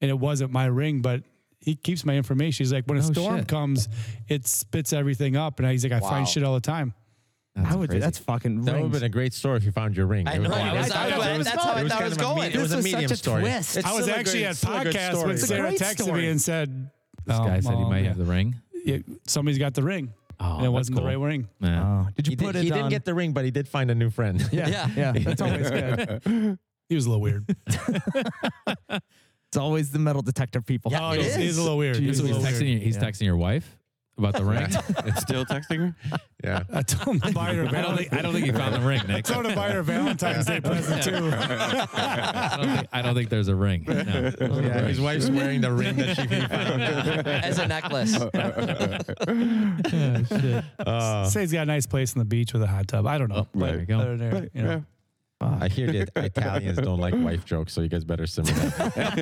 [SPEAKER 3] and it wasn't my ring, but. He keeps my information. He's like, when a
[SPEAKER 4] Oh,
[SPEAKER 3] storm
[SPEAKER 4] shit.
[SPEAKER 3] comes, it spits everything up. And he's like, I
[SPEAKER 1] Wow.
[SPEAKER 3] find shit all the time.
[SPEAKER 5] I would that's fucking
[SPEAKER 6] That would have
[SPEAKER 5] rings.
[SPEAKER 6] been a great story if you found your ring.
[SPEAKER 1] I
[SPEAKER 6] It was
[SPEAKER 1] know.
[SPEAKER 6] like-
[SPEAKER 1] I was, I
[SPEAKER 3] it
[SPEAKER 1] was,
[SPEAKER 3] was-
[SPEAKER 1] that's how I
[SPEAKER 6] was
[SPEAKER 1] thought it
[SPEAKER 6] kind
[SPEAKER 1] was
[SPEAKER 6] of a
[SPEAKER 1] going.
[SPEAKER 6] medium- It
[SPEAKER 5] This
[SPEAKER 6] was a
[SPEAKER 5] was such
[SPEAKER 6] medium
[SPEAKER 5] a
[SPEAKER 6] story.
[SPEAKER 5] twist.
[SPEAKER 6] It's
[SPEAKER 3] I was
[SPEAKER 6] still a
[SPEAKER 3] actually
[SPEAKER 6] great-
[SPEAKER 3] at
[SPEAKER 6] still a good
[SPEAKER 3] podcast
[SPEAKER 6] story.
[SPEAKER 3] when Sarah
[SPEAKER 5] great
[SPEAKER 3] texted
[SPEAKER 5] story.
[SPEAKER 3] me and said,
[SPEAKER 4] This
[SPEAKER 3] "Oh,
[SPEAKER 4] guy said he
[SPEAKER 3] Mom,
[SPEAKER 4] might
[SPEAKER 3] yeah.
[SPEAKER 4] have the ring.
[SPEAKER 3] Yeah, somebody's got the ring.
[SPEAKER 4] Oh,
[SPEAKER 3] and it
[SPEAKER 4] that's
[SPEAKER 3] wasn't
[SPEAKER 4] cool.
[SPEAKER 3] the right ring.
[SPEAKER 4] Yeah.
[SPEAKER 5] Oh, did you
[SPEAKER 6] He,
[SPEAKER 5] put
[SPEAKER 6] did,
[SPEAKER 5] it
[SPEAKER 6] he
[SPEAKER 5] on?
[SPEAKER 6] didn't get the ring, but he did find a new friend.
[SPEAKER 5] yeah,
[SPEAKER 1] Yeah.
[SPEAKER 5] yeah. That's always good.
[SPEAKER 3] He was a little weird.
[SPEAKER 5] It's always the metal detector people.
[SPEAKER 1] Yeah,
[SPEAKER 5] Oh,
[SPEAKER 3] he
[SPEAKER 1] it
[SPEAKER 3] was- he was
[SPEAKER 1] is.
[SPEAKER 3] a little weird. He
[SPEAKER 4] He's,
[SPEAKER 3] was a little
[SPEAKER 4] he's texting.
[SPEAKER 3] weird.
[SPEAKER 4] Your, he's
[SPEAKER 5] Yeah.
[SPEAKER 4] texting your wife about the ring.
[SPEAKER 9] It's still texting her.
[SPEAKER 6] Yeah.
[SPEAKER 3] I told him to buy her.
[SPEAKER 4] I don't
[SPEAKER 3] Valentine's-
[SPEAKER 4] think. I don't think he found the ring, Nick.
[SPEAKER 3] told him to buy her Valentine's Day present too.
[SPEAKER 4] I don't think, I don't think there's a ring. No.
[SPEAKER 6] yeah. His wife's wearing the ring that she found.
[SPEAKER 1] As a necklace.
[SPEAKER 6] Uh,
[SPEAKER 3] Say he's got a nice place on the beach with a hot tub. I don't know.
[SPEAKER 4] Oh, There you go.
[SPEAKER 3] Other than there, you know.
[SPEAKER 6] I hear that Italians don't like wife jokes, so you guys better simmer down.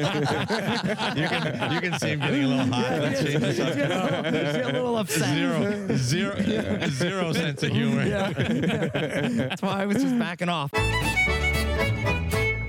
[SPEAKER 6] you can you can see him getting a little hot. Let's change this up.
[SPEAKER 5] a little upset.
[SPEAKER 6] Zero, zero, zero sense of humor.
[SPEAKER 5] That's why I was just backing off.